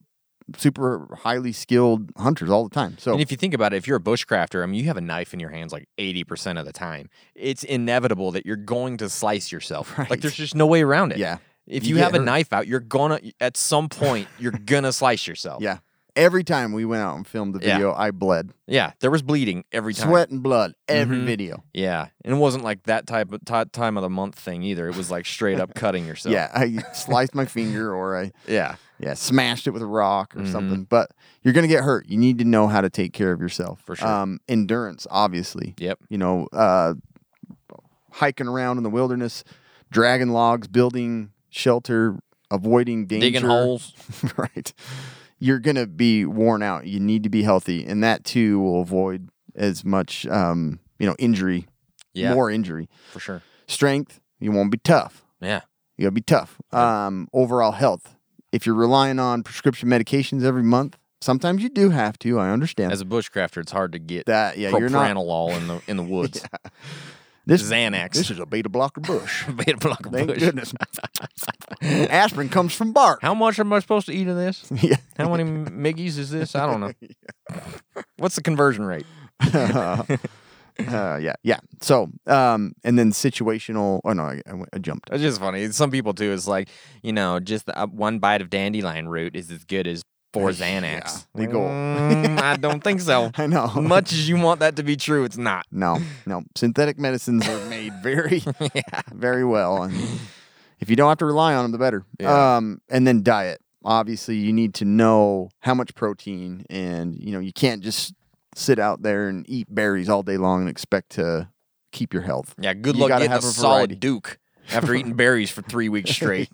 Speaker 4: super highly skilled hunters all the time. So
Speaker 5: And if you think about it, if you're a bushcrafter, I mean, you have a knife in your hands like 80% of the time. It's inevitable that you're going to slice yourself.
Speaker 4: Right.
Speaker 5: Like, there's just no way around it.
Speaker 4: Yeah.
Speaker 5: If
Speaker 4: You
Speaker 5: you,
Speaker 4: get
Speaker 5: have a
Speaker 4: hurt.
Speaker 5: knife out, you're gonna, at some point, you're gonna slice yourself.
Speaker 4: yeah, every time we went out and filmed the
Speaker 5: Yeah.
Speaker 4: video, I bled,
Speaker 5: Yeah. There was bleeding every time.
Speaker 4: sweat and blood every
Speaker 5: Mhm.
Speaker 4: video.
Speaker 5: Yeah. And it wasn't like that type of ti time of the month thing either. It was like straight up cutting yourself.
Speaker 4: Yeah, I sliced my finger or I
Speaker 5: Yeah.
Speaker 4: yeah, smashed it with a rock
Speaker 5: Mm-hmm.
Speaker 4: or something. But you're gonna get hurt. You need to know how to take care of yourself.
Speaker 5: For sure.
Speaker 4: Um, endurance, obviously.
Speaker 5: Yep.
Speaker 4: You know, uh, hiking around in the wilderness, dragging logs, building shelter, avoiding danger,
Speaker 5: Digging holes.
Speaker 4: right. You're gonna be worn out. You need to be healthy, and that too will avoid as much, um, you know, injury,
Speaker 5: Yeah.
Speaker 4: more injury.
Speaker 5: For sure.
Speaker 4: Strength. You won't be tough.
Speaker 5: Yeah.
Speaker 4: You gotta be tough. Um, overall health. If you're relying on prescription medications every month, sometimes you do have to. I understand
Speaker 5: As a bushcrafter, it's hard to get
Speaker 4: that. Yeah, you're not.
Speaker 5: propranolol in the in the woods.
Speaker 4: This
Speaker 5: Xanax.
Speaker 4: This is a beta blocker bush.
Speaker 5: Beta blocker
Speaker 4: Thank
Speaker 5: bush.
Speaker 4: goodness. Aspirin comes from bark.
Speaker 5: How much am I supposed to eat of this?
Speaker 4: Yeah.
Speaker 5: How many Miggies is this? I don't know. What's the conversion rate?
Speaker 4: Uh, yeah, yeah. So, um, and then situational. Oh no, I, I went- I jumped.
Speaker 5: It's just funny. Some people too. It's like you know, just uh, one bite of dandelion root is as good as four Xanax.
Speaker 4: they go-
Speaker 5: Mm, I don't think so.
Speaker 4: I know.
Speaker 5: Much as you want that to be true, it's not.
Speaker 4: No, no. Synthetic medicines are made very, very well, and if you don't have to rely on them, the better.
Speaker 5: Yeah.
Speaker 4: Um, and then diet. Obviously, you need to know how much protein, and you know you can't just sit out there and eat berries all day long and expect to keep your health.
Speaker 5: Yeah. Good
Speaker 4: You
Speaker 5: luck
Speaker 4: gotta
Speaker 5: getting a
Speaker 4: have a variety.
Speaker 5: solid Duke after eating berries for three weeks straight.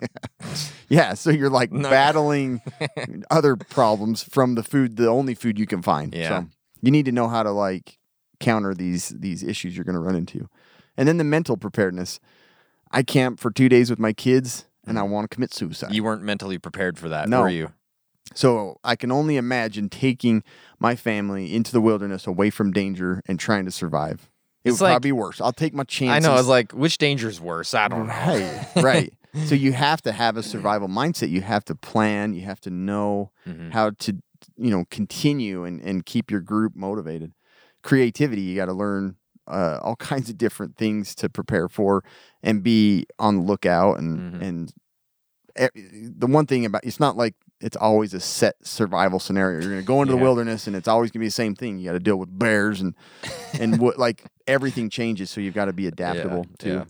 Speaker 4: Yeah, so you're like
Speaker 5: No.
Speaker 4: battling other problems from the food, the only food you can find.
Speaker 5: Yeah.
Speaker 4: So you need to know how to like counter these these issues you're going to run into. And then the mental preparedness. I camp for 2 days with my kids and I want to commit suicide.
Speaker 5: Mm. You weren't mentally prepared for that,
Speaker 4: No.
Speaker 5: were you?
Speaker 4: so I can only imagine taking my family into the wilderness away from danger and trying to survive. It
Speaker 5: It's
Speaker 4: would
Speaker 5: like-
Speaker 4: probably be worse. I'll take my
Speaker 5: I
Speaker 4: chances.
Speaker 5: know. I was like, which danger's worse? I don't know.
Speaker 4: Right, right. So you have to have a survival mindset. You have to plan. You have to know how to, you know, continue and, and keep your group motivated. Creativity, you got to learn uh, all kinds of different things to prepare for and be on the lookout. And and e- the one thing about it's not like it's always a set survival scenario. You're going to go into the wilderness and it's always going to be the same thing. You got to deal with bears and and what like everything changes. So you've got to be adaptable to.
Speaker 5: yeah.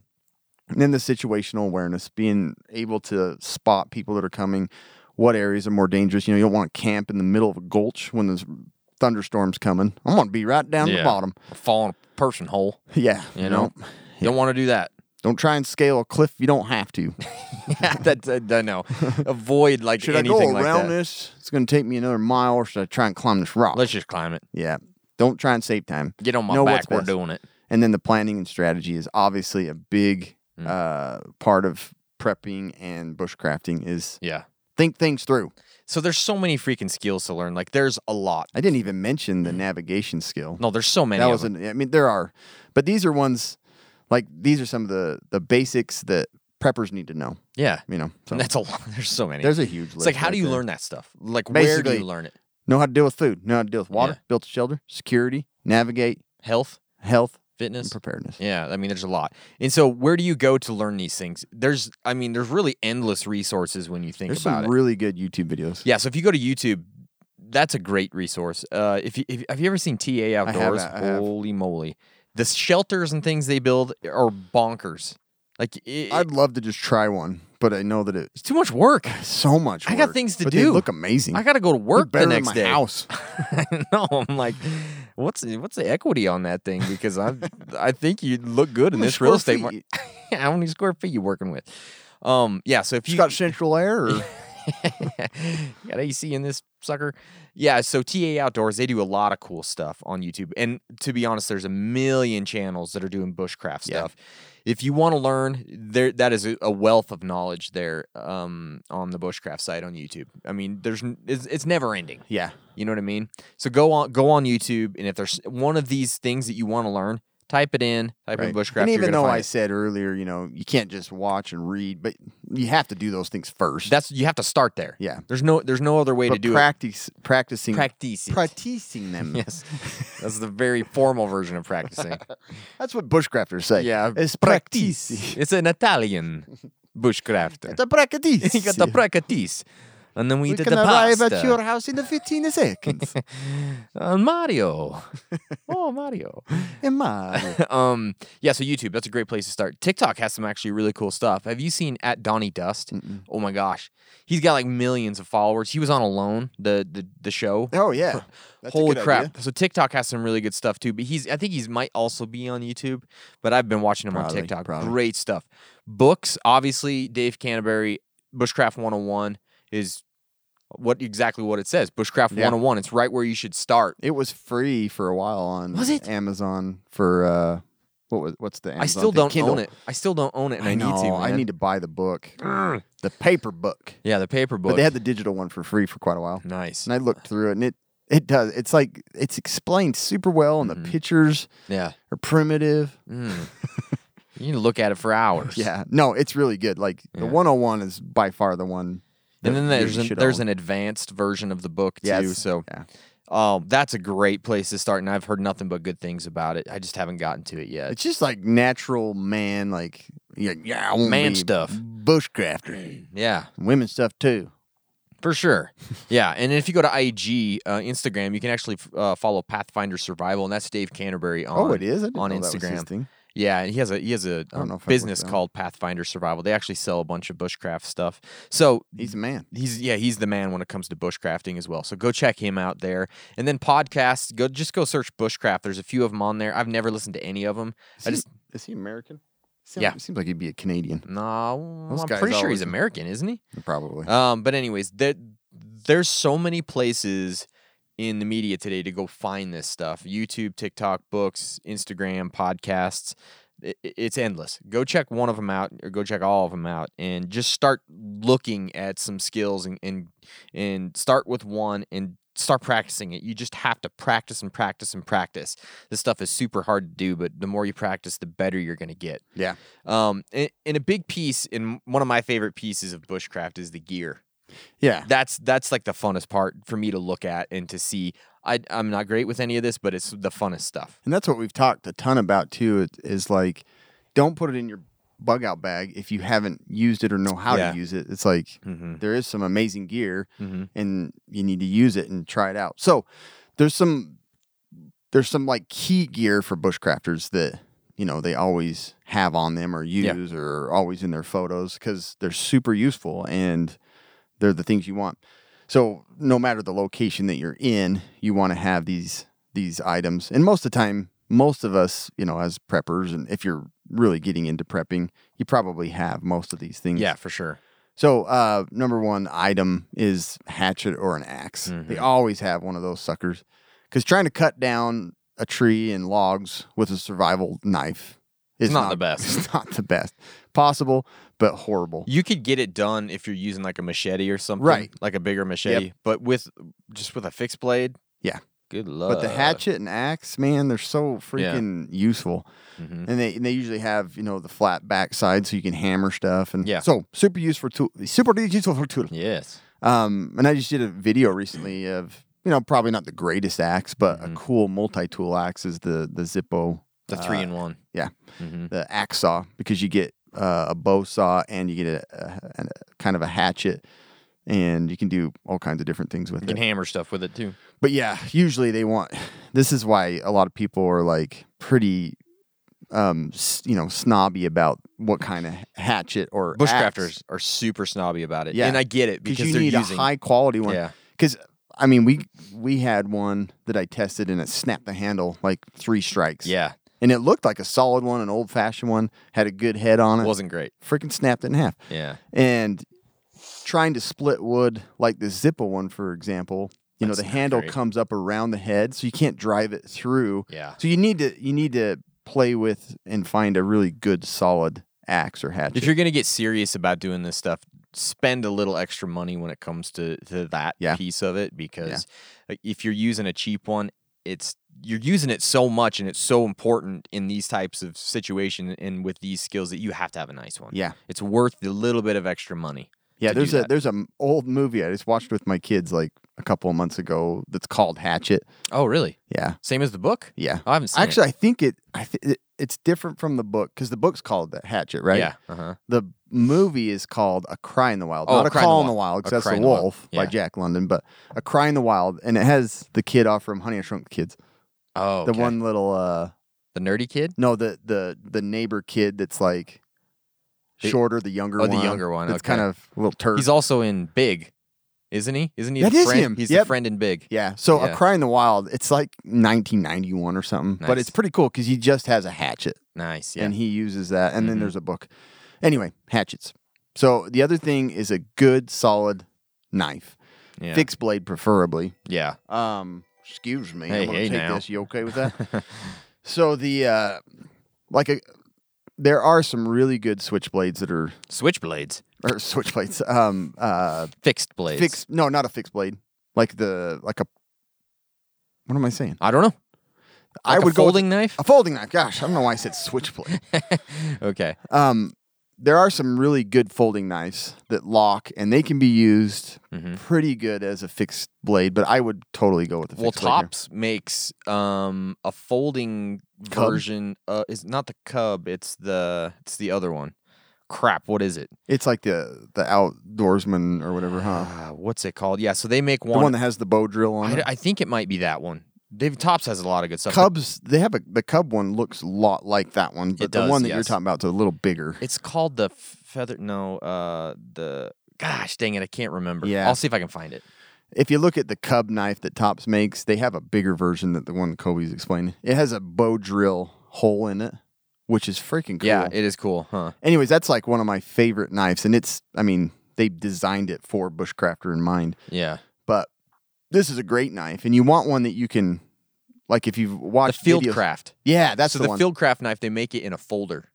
Speaker 4: And then the situational awareness, being able to spot people that are coming, what areas are more dangerous. You know, you don't want to camp in the middle of a gulch when there's thunderstorms coming. I want to be right down the
Speaker 5: Yeah.
Speaker 4: bottom.
Speaker 5: Fall in a person hole.
Speaker 4: Yeah.
Speaker 5: You know, don't want to do that.
Speaker 4: don't try and scale a cliff if you don't have to.
Speaker 5: that, that, that no. Avoid like
Speaker 4: Should I
Speaker 5: anything
Speaker 4: go
Speaker 5: like
Speaker 4: around
Speaker 5: that.
Speaker 4: this? It's going to take me another mile, or should I try and climb this rock?
Speaker 5: Let's just climb it.
Speaker 4: yeah. Don't try and save time.
Speaker 5: Get on my
Speaker 4: Know
Speaker 5: back.
Speaker 4: what's
Speaker 5: We're
Speaker 4: best.
Speaker 5: doing it.
Speaker 4: And then the planning and strategy is obviously a big
Speaker 5: Mm.
Speaker 4: uh, part of prepping and bushcrafting is
Speaker 5: Yeah.
Speaker 4: think things through.
Speaker 5: So there's so many freaking skills to learn. Like there's a lot.
Speaker 4: I didn't even mention the navigation skill.
Speaker 5: No, there's so Mm. many.
Speaker 4: that
Speaker 5: of
Speaker 4: was
Speaker 5: them.
Speaker 4: an, I mean there are, but these are ones like these are some of the the basics that preppers need to know.
Speaker 5: yeah.
Speaker 4: You know, so
Speaker 5: And that's a lot. There's so many.
Speaker 4: there's a huge. List
Speaker 5: it's like how
Speaker 4: right
Speaker 5: do you
Speaker 4: there.
Speaker 5: learn that stuff? Like where do
Speaker 4: Basically-
Speaker 5: you learn it?
Speaker 4: Know how to deal with food. Know how to deal with water.
Speaker 5: Yeah.
Speaker 4: Build a shelter. Security. Navigate.
Speaker 5: Health,
Speaker 4: Health.
Speaker 5: fitness.
Speaker 4: And preparedness.
Speaker 5: Yeah, I mean, there's a lot. And so, where do you go to learn these things? There's, I mean, there's really endless resources when you think
Speaker 4: There's
Speaker 5: about
Speaker 4: some
Speaker 5: it.
Speaker 4: really good YouTube videos.
Speaker 5: yeah, so if you go to YouTube, that's a great resource. Uh, if you if, have you ever seen TA
Speaker 4: have,
Speaker 5: Outdoors?
Speaker 4: I have.
Speaker 5: Holy moly, the shelters and things they build are bonkers. Like it,
Speaker 4: I'd love to just try one, but I know that it's
Speaker 5: it's too much work.
Speaker 4: so much.
Speaker 5: I got
Speaker 4: work,
Speaker 5: things to
Speaker 4: but They
Speaker 5: do.
Speaker 4: look amazing.
Speaker 5: I got to go to
Speaker 4: Look
Speaker 5: work
Speaker 4: better
Speaker 5: the next
Speaker 4: than my
Speaker 5: day.
Speaker 4: house.
Speaker 5: no, I'm like, what's what's the equity on that thing? Because I I think you look good in
Speaker 4: many
Speaker 5: this real
Speaker 4: square
Speaker 5: estate market. How many square feet you working with? Um, yeah. So if
Speaker 4: It's
Speaker 5: you
Speaker 4: got central air. Or,
Speaker 5: you got AC in this sucker. Yeah, so TA Outdoors, they do a lot of cool stuff on YouTube. And to be honest, there's a million channels that are doing bushcraft
Speaker 4: Yeah.
Speaker 5: stuff. If you want to learn, there that is a, a wealth of knowledge there um, on the bushcraft side on YouTube. I mean, there's n- it's, it's never ending.
Speaker 4: yeah.
Speaker 5: You know what I mean? So go on go on YouTube and if there's one of these things that you want to learn, type it in, type
Speaker 4: Right.
Speaker 5: in bushcraft.
Speaker 4: and
Speaker 5: you're
Speaker 4: even
Speaker 5: gonna
Speaker 4: though
Speaker 5: find
Speaker 4: I
Speaker 5: it.
Speaker 4: said earlier, you know, you can't just watch and read, but you have to do those things first.
Speaker 5: that's you have to start there.
Speaker 4: Yeah.
Speaker 5: There's no there's no other way
Speaker 4: but
Speaker 5: to do
Speaker 4: practice,
Speaker 5: it.
Speaker 4: practicing,
Speaker 5: Practice. it.
Speaker 4: practicing them.
Speaker 5: Yes. That's the very formal version of practicing.
Speaker 4: That's what bushcrafters say. it's practice.
Speaker 5: It's an Italian bushcraft.
Speaker 4: It's a practice.
Speaker 5: You got the practice. And then we,
Speaker 4: We
Speaker 5: did
Speaker 4: can
Speaker 5: the
Speaker 4: arrive
Speaker 5: pasta.
Speaker 4: at your house in the 15 seconds.
Speaker 5: Uh, Mario. oh, Mario.
Speaker 4: Am I?
Speaker 5: um, yeah, so YouTube, that's a great place to start. TikTok has some actually really cool stuff. Have you seen at Donnie Dust? Oh my gosh. He's got like millions of followers. He was on Alone, the the, the show.
Speaker 4: Oh yeah. That's a
Speaker 5: Holy
Speaker 4: good
Speaker 5: crap!
Speaker 4: idea.
Speaker 5: So TikTok has some really good stuff too, but he's I think he's might also be on YouTube, but I've been watching him
Speaker 4: Probably,
Speaker 5: on TikTok.
Speaker 4: probably.
Speaker 5: Great stuff. Books, obviously, Dave Canterbury, Bushcraft 101 is what exactly what it says. Bushcraft
Speaker 4: Yeah.
Speaker 5: 101. It's right where you should start.
Speaker 4: It was free for a while on
Speaker 5: Was it?
Speaker 4: Amazon for uh what was what's the Amazon
Speaker 5: I still
Speaker 4: thing?
Speaker 5: don't
Speaker 4: Kindle.
Speaker 5: own it. I still don't own it, and I,
Speaker 4: I, know,
Speaker 5: need to.
Speaker 4: I
Speaker 5: man.
Speaker 4: need to buy the book. the paper book.
Speaker 5: Yeah, the paper book.
Speaker 4: But they had the digital one for free for quite a while.
Speaker 5: nice.
Speaker 4: And I looked through it and it it does. It's like it's explained super well and
Speaker 5: Mm-hmm.
Speaker 4: the pictures
Speaker 5: Yeah.
Speaker 4: are primitive.
Speaker 5: Mm. you need to look at it for hours.
Speaker 4: Yeah. No, it's really good. Like the
Speaker 5: Yeah.
Speaker 4: 101 is by far the one
Speaker 5: And then
Speaker 4: that you
Speaker 5: there's an,
Speaker 4: should
Speaker 5: there's an
Speaker 4: own.
Speaker 5: advanced version of the book too.
Speaker 4: Yeah, it's-
Speaker 5: so
Speaker 4: yeah.
Speaker 5: um, that's a great place to start, and I've heard nothing but good things about it. I just haven't gotten to it yet.
Speaker 4: It's just like natural man, like yeah, yeah, I wanna
Speaker 5: Man
Speaker 4: be
Speaker 5: stuff.
Speaker 4: bushcrafter,
Speaker 5: Yeah,
Speaker 4: women stuff too.
Speaker 5: for sure. yeah, and if you go to IG uh, Instagram, you can actually f- uh, follow Pathfinder Survival, and that's Dave Canterbury on.
Speaker 4: oh, it is I didn't
Speaker 5: on
Speaker 4: know that was his
Speaker 5: Instagram.
Speaker 4: thing.
Speaker 5: Yeah, and he has a he has a
Speaker 4: I don't
Speaker 5: um,
Speaker 4: know if I've looked
Speaker 5: business
Speaker 4: that up.
Speaker 5: called Pathfinder Survival. They actually sell a bunch of bushcraft stuff. So
Speaker 4: He's a man.
Speaker 5: he's yeah he's the man when it comes to bushcrafting as well so go check him out there and then podcasts go just go search bushcraft there's a few of them on there i've never listened to any of them
Speaker 4: Is
Speaker 5: i
Speaker 4: he-
Speaker 5: just
Speaker 4: is he American? Seems,
Speaker 5: Yeah.
Speaker 4: seems like he'd be a Canadian,
Speaker 5: no
Speaker 4: Those
Speaker 5: i'm
Speaker 4: guys
Speaker 5: pretty sure
Speaker 4: always-
Speaker 5: he's american isn't he
Speaker 4: probably.
Speaker 5: um but anyways there there's so many places in the media today to go find this stuff youtube tiktok books instagram podcasts I- i- it's endless. Go check one of them out, or go check all of them out, and just start looking at some skills and and, and start with one and start practicing it. You just have to practice and practice and practice. This stuff is super hard to do, but the more you practice, the better you're going to get.
Speaker 4: Yeah.
Speaker 5: Um. And, and a big piece, and one of my favorite pieces of bushcraft is the gear
Speaker 4: yeah,
Speaker 5: that's that's like the funnest part for me to look at and to see. I I'm not great with any of this, but it's the funnest stuff.
Speaker 4: and that's what we've talked a ton about too. It, is like, don't put it in your bug out bag if you haven't used it or know how
Speaker 5: Yeah.
Speaker 4: to use it. It's like
Speaker 5: Mhm.
Speaker 4: there is some amazing gear,
Speaker 5: Mhm.
Speaker 4: and you need to use it and try it out. So there's some there's some like key gear for bushcrafters that you know they always have on them or
Speaker 5: Yeah.
Speaker 4: use or always in their photos because they're super useful and they're the things you want. So no matter the location that you're in, you want to have these these items. And most of the time, most of us, you know, as preppers, and if you're really getting into prepping, you probably have most of these things.
Speaker 5: Yeah, for sure.
Speaker 4: So, uh,
Speaker 5: Mm-hmm.
Speaker 4: number one item is hatchet or an axe. They always have one of those suckers Because trying to cut down a tree and logs with a survival knife is
Speaker 5: Not the best.
Speaker 4: It's not the best possible, but horrible.
Speaker 5: You could get it done if you're using like a machete or something,
Speaker 4: Right.
Speaker 5: Like a bigger machete, but with just with a fixed blade.
Speaker 4: Yeah.
Speaker 5: Good luck.
Speaker 4: But the hatchet and axe, man, they're so freaking useful.
Speaker 5: Mm-hmm.
Speaker 4: And they and they usually have, you know, the flat backside so you can hammer stuff and
Speaker 5: Yeah.
Speaker 4: so super useful tool super useful for tool.
Speaker 5: Yes.
Speaker 4: Um and I just did a video recently of you know, probably not the greatest axe, but a cool multi-tool axe is the the Zippo
Speaker 5: Mm-hmm. The
Speaker 4: uh,
Speaker 5: three in one.
Speaker 4: yeah,
Speaker 5: Mhm.
Speaker 4: the axe saw because you get uh, a bow saw and you get a, a, a kind of a hatchet, and you can do all kinds of different things with
Speaker 5: You
Speaker 4: it.
Speaker 5: can hammer stuff with it too.
Speaker 4: but yeah, usually they want. This is why a lot of people are like pretty, um, s- you know, snobby about what kind of hatchet or axe.
Speaker 5: Bushcrafters are super snobby about it.
Speaker 4: Yeah,
Speaker 5: And I get it because
Speaker 4: you
Speaker 5: they're
Speaker 4: need
Speaker 5: using
Speaker 4: a high quality one.
Speaker 5: Yeah.
Speaker 4: because. I mean, we we had one that I tested and it snapped the handle like three strikes.
Speaker 5: Yeah.
Speaker 4: and it looked like a solid one, an old fashioned one, had a good head on it.
Speaker 5: Wasn't great.
Speaker 4: freaking snapped it in half.
Speaker 5: Yeah.
Speaker 4: And trying to split wood like the Zippo one, for example, you
Speaker 5: That's
Speaker 4: know the
Speaker 5: not
Speaker 4: handle
Speaker 5: great.
Speaker 4: comes up around the head, so you can't drive it through.
Speaker 5: Yeah.
Speaker 4: So you need to you need to play with and find a really good solid axe or hatchet.
Speaker 5: If you're gonna get serious about doing this stuff, spend a little extra money when it comes to to that
Speaker 4: Yeah.
Speaker 5: piece of it because uh, if you're using a cheap one, it's you're using it so much and it's so important in these types of situation and with these skills that you have to have a nice one.
Speaker 4: Yeah.
Speaker 5: It's worth the little bit of extra money.
Speaker 4: yeah,
Speaker 5: to do
Speaker 4: there's a
Speaker 5: that.
Speaker 4: there's an old movie I just watched with my kids like a couple of months ago that's called Hatchet.
Speaker 5: Oh, really?
Speaker 4: Yeah,
Speaker 5: Same as the book?
Speaker 4: yeah.
Speaker 5: I haven't seen it.
Speaker 4: Actually, I think it I th- it it's different from the book because the book's called the Hatchet, right?
Speaker 5: Yeah. Uh-huh.
Speaker 4: the movie is called A Cry in the Wild.
Speaker 5: Oh,
Speaker 4: Not
Speaker 5: A
Speaker 4: A,
Speaker 5: Cry in the
Speaker 4: Call in the
Speaker 5: Wild. A
Speaker 4: Wild, because that's
Speaker 5: Cry
Speaker 4: The
Speaker 5: in the Wild.
Speaker 4: Wolf
Speaker 5: Yeah.
Speaker 4: by Jack London, but A Cry in the Wild. And it has the kid off from Honey, I Shrunk the Kids.
Speaker 5: Oh
Speaker 4: The one little, uh
Speaker 5: the nerdy kid?
Speaker 4: no, the the the neighbor kid that's like
Speaker 5: The-
Speaker 4: shorter, the younger
Speaker 5: oh,
Speaker 4: one.
Speaker 5: the younger one,
Speaker 4: That's
Speaker 5: okay.
Speaker 4: kind of a little turd.
Speaker 5: He's also in Big, isn't he? Isn't he
Speaker 4: That
Speaker 5: the
Speaker 4: is
Speaker 5: friend?
Speaker 4: him.
Speaker 5: He's the
Speaker 4: Yep.
Speaker 5: friend in Big.
Speaker 4: yeah. So
Speaker 5: Yeah.
Speaker 4: A Cry in the Wild, it's like 1991 or something,
Speaker 5: Nice.
Speaker 4: but it's pretty cool because he just has a hatchet.
Speaker 5: Nice. Yeah.
Speaker 4: and he uses that. And
Speaker 5: Mhm.
Speaker 4: then there's a book. Anyway, hatchets. So the other thing is a good solid knife,
Speaker 5: yeah.
Speaker 4: fixed blade preferably.
Speaker 5: Yeah.
Speaker 4: Um, excuse me.
Speaker 5: Hey,
Speaker 4: I'm gonna
Speaker 5: hey
Speaker 4: take
Speaker 5: now.
Speaker 4: this. You okay with that? so the uh, like a, there are some really good switchblades that are
Speaker 5: Switchblades.
Speaker 4: or switchblades. Um, uh,
Speaker 5: Fixed blades.
Speaker 4: fixed. No, not a fixed blade. Like the like a. What am I saying?
Speaker 5: I don't know.
Speaker 4: I
Speaker 5: Like
Speaker 4: would
Speaker 5: a
Speaker 4: go with-
Speaker 5: folding knife.
Speaker 4: a folding knife. Gosh, I don't know why I said switchblade.
Speaker 5: okay.
Speaker 4: Um, there are some really good folding knives that lock, and they can be used
Speaker 5: Mm-hmm.
Speaker 4: pretty good as a fixed blade. But I would totally go with the
Speaker 5: Well,
Speaker 4: fixed blade here.
Speaker 5: Tops makes um a folding
Speaker 4: Cub?
Speaker 5: version. Uh, is not the Cub. It's the it's the other one. Crap. What is it?
Speaker 4: It's like the the outdoorsman or whatever, huh?
Speaker 5: Uh, what's it called? Yeah. So they make
Speaker 4: The
Speaker 5: one.
Speaker 4: one that has the bow drill on
Speaker 5: I,
Speaker 4: it.
Speaker 5: I think it might be that one. Dave Tops has a lot of good stuff. but
Speaker 4: Cubs, they have a the cub one looks a lot like that one, but the
Speaker 5: does,
Speaker 4: one that you're
Speaker 5: yes.
Speaker 4: talking about is a little bigger.
Speaker 5: It's called the feather. No, uh, the gosh dang it, I can't remember.
Speaker 4: Yeah.
Speaker 5: I'll see if I can find it.
Speaker 4: If you look at the cub knife that Tops makes, they have a bigger version than the one Kobe's explaining. It has a bow drill hole in it, which is freaking cool.
Speaker 5: Yeah, it is cool, huh?
Speaker 4: Anyways, that's like one of my favorite knives, and it's I mean they designed it for bushcrafter in mind,
Speaker 5: Yeah,
Speaker 4: but this is a great knife, and you want one that you can like if you've
Speaker 5: the
Speaker 4: watched videos-
Speaker 5: Fieldcraft.
Speaker 4: Yeah, that's
Speaker 5: so
Speaker 4: the,
Speaker 5: the,
Speaker 4: one.
Speaker 5: Fieldcraft knife, they make it in a folder.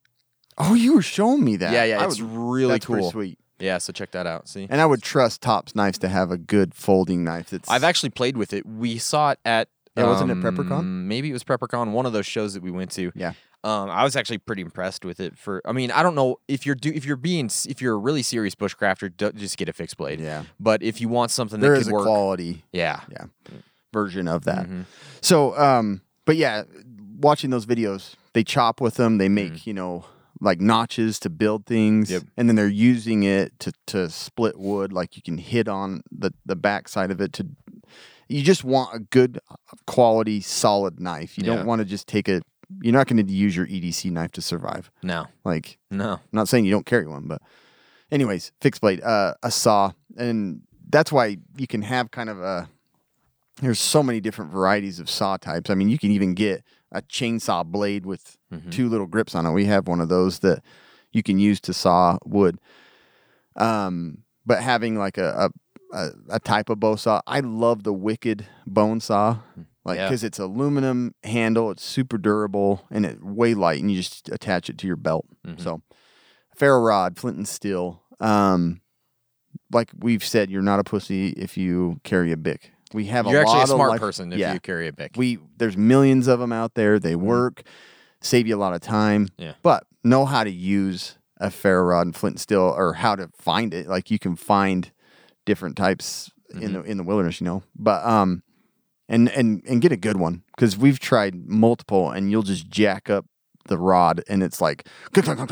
Speaker 4: Oh, you were showing me that.
Speaker 5: Yeah, yeah,
Speaker 4: I
Speaker 5: it's
Speaker 4: would-
Speaker 5: really
Speaker 4: that's pretty
Speaker 5: cool.
Speaker 4: sweet.
Speaker 5: Yeah, so check that out. See,
Speaker 4: And I would trust Topps knives to have a good folding knife. That's
Speaker 5: I've actually played with it. We saw it at.
Speaker 4: Yeah, wasn't it Preppercon?
Speaker 5: um, Maybe it was PrepperCon, one of those shows that we went to.
Speaker 4: Yeah.
Speaker 5: Um, I was actually pretty impressed with it. For I mean, I don't know if you're do if you're being s- if you're a really serious bushcrafter, do, just get a fixed blade.
Speaker 4: Yeah.
Speaker 5: But if you want something
Speaker 4: there
Speaker 5: that
Speaker 4: is
Speaker 5: could
Speaker 4: a
Speaker 5: work,
Speaker 4: quality
Speaker 5: yeah,
Speaker 4: yeah
Speaker 5: Mm.
Speaker 4: version of that.
Speaker 5: Mm-hmm.
Speaker 4: So, um, but yeah, watching those videos, they chop with them. They make you know like notches to build things,
Speaker 5: Mm. Yep.
Speaker 4: and then they're using it to to split wood. Like you can hit on the the backside of it to. You just want a good uh, quality, solid knife. You
Speaker 5: Yeah.
Speaker 4: don't want to just take a. You're not going to use your EDC knife to survive.
Speaker 5: no,
Speaker 4: Like
Speaker 5: no,
Speaker 4: I'm not saying you don't carry one, but anyways, fixed blade, uh, a saw, and that's why you can have kind of a. There's so many different varieties of saw types. I mean, you can even get a chainsaw blade with two little grips on it. We have one of those that you can use to saw wood. Um, but having like a a, a, a type of bow saw, I love the Wicked bone saw. Like,
Speaker 5: Yeah.
Speaker 4: because it's aluminum handle, it's super durable and it's way light, and you just attach it to your belt.
Speaker 5: Mm-hmm.
Speaker 4: So, ferro rod, flint and steel. Um, like we've said, you're not a pussy if you carry a bic. We have
Speaker 5: You're
Speaker 4: a lot
Speaker 5: actually a
Speaker 4: of
Speaker 5: smart
Speaker 4: life-
Speaker 5: person if
Speaker 4: yeah.
Speaker 5: you carry a bic.
Speaker 4: We there's millions of them out there. They work, save you a lot of time.
Speaker 5: Yeah.
Speaker 4: But know how to use a ferro rod and flint and steel, or how to find it. Like you can find different types in the in the wilderness, you know. But um, and and and get a good one because we've tried multiple, and you'll just jack up the rod, and it's like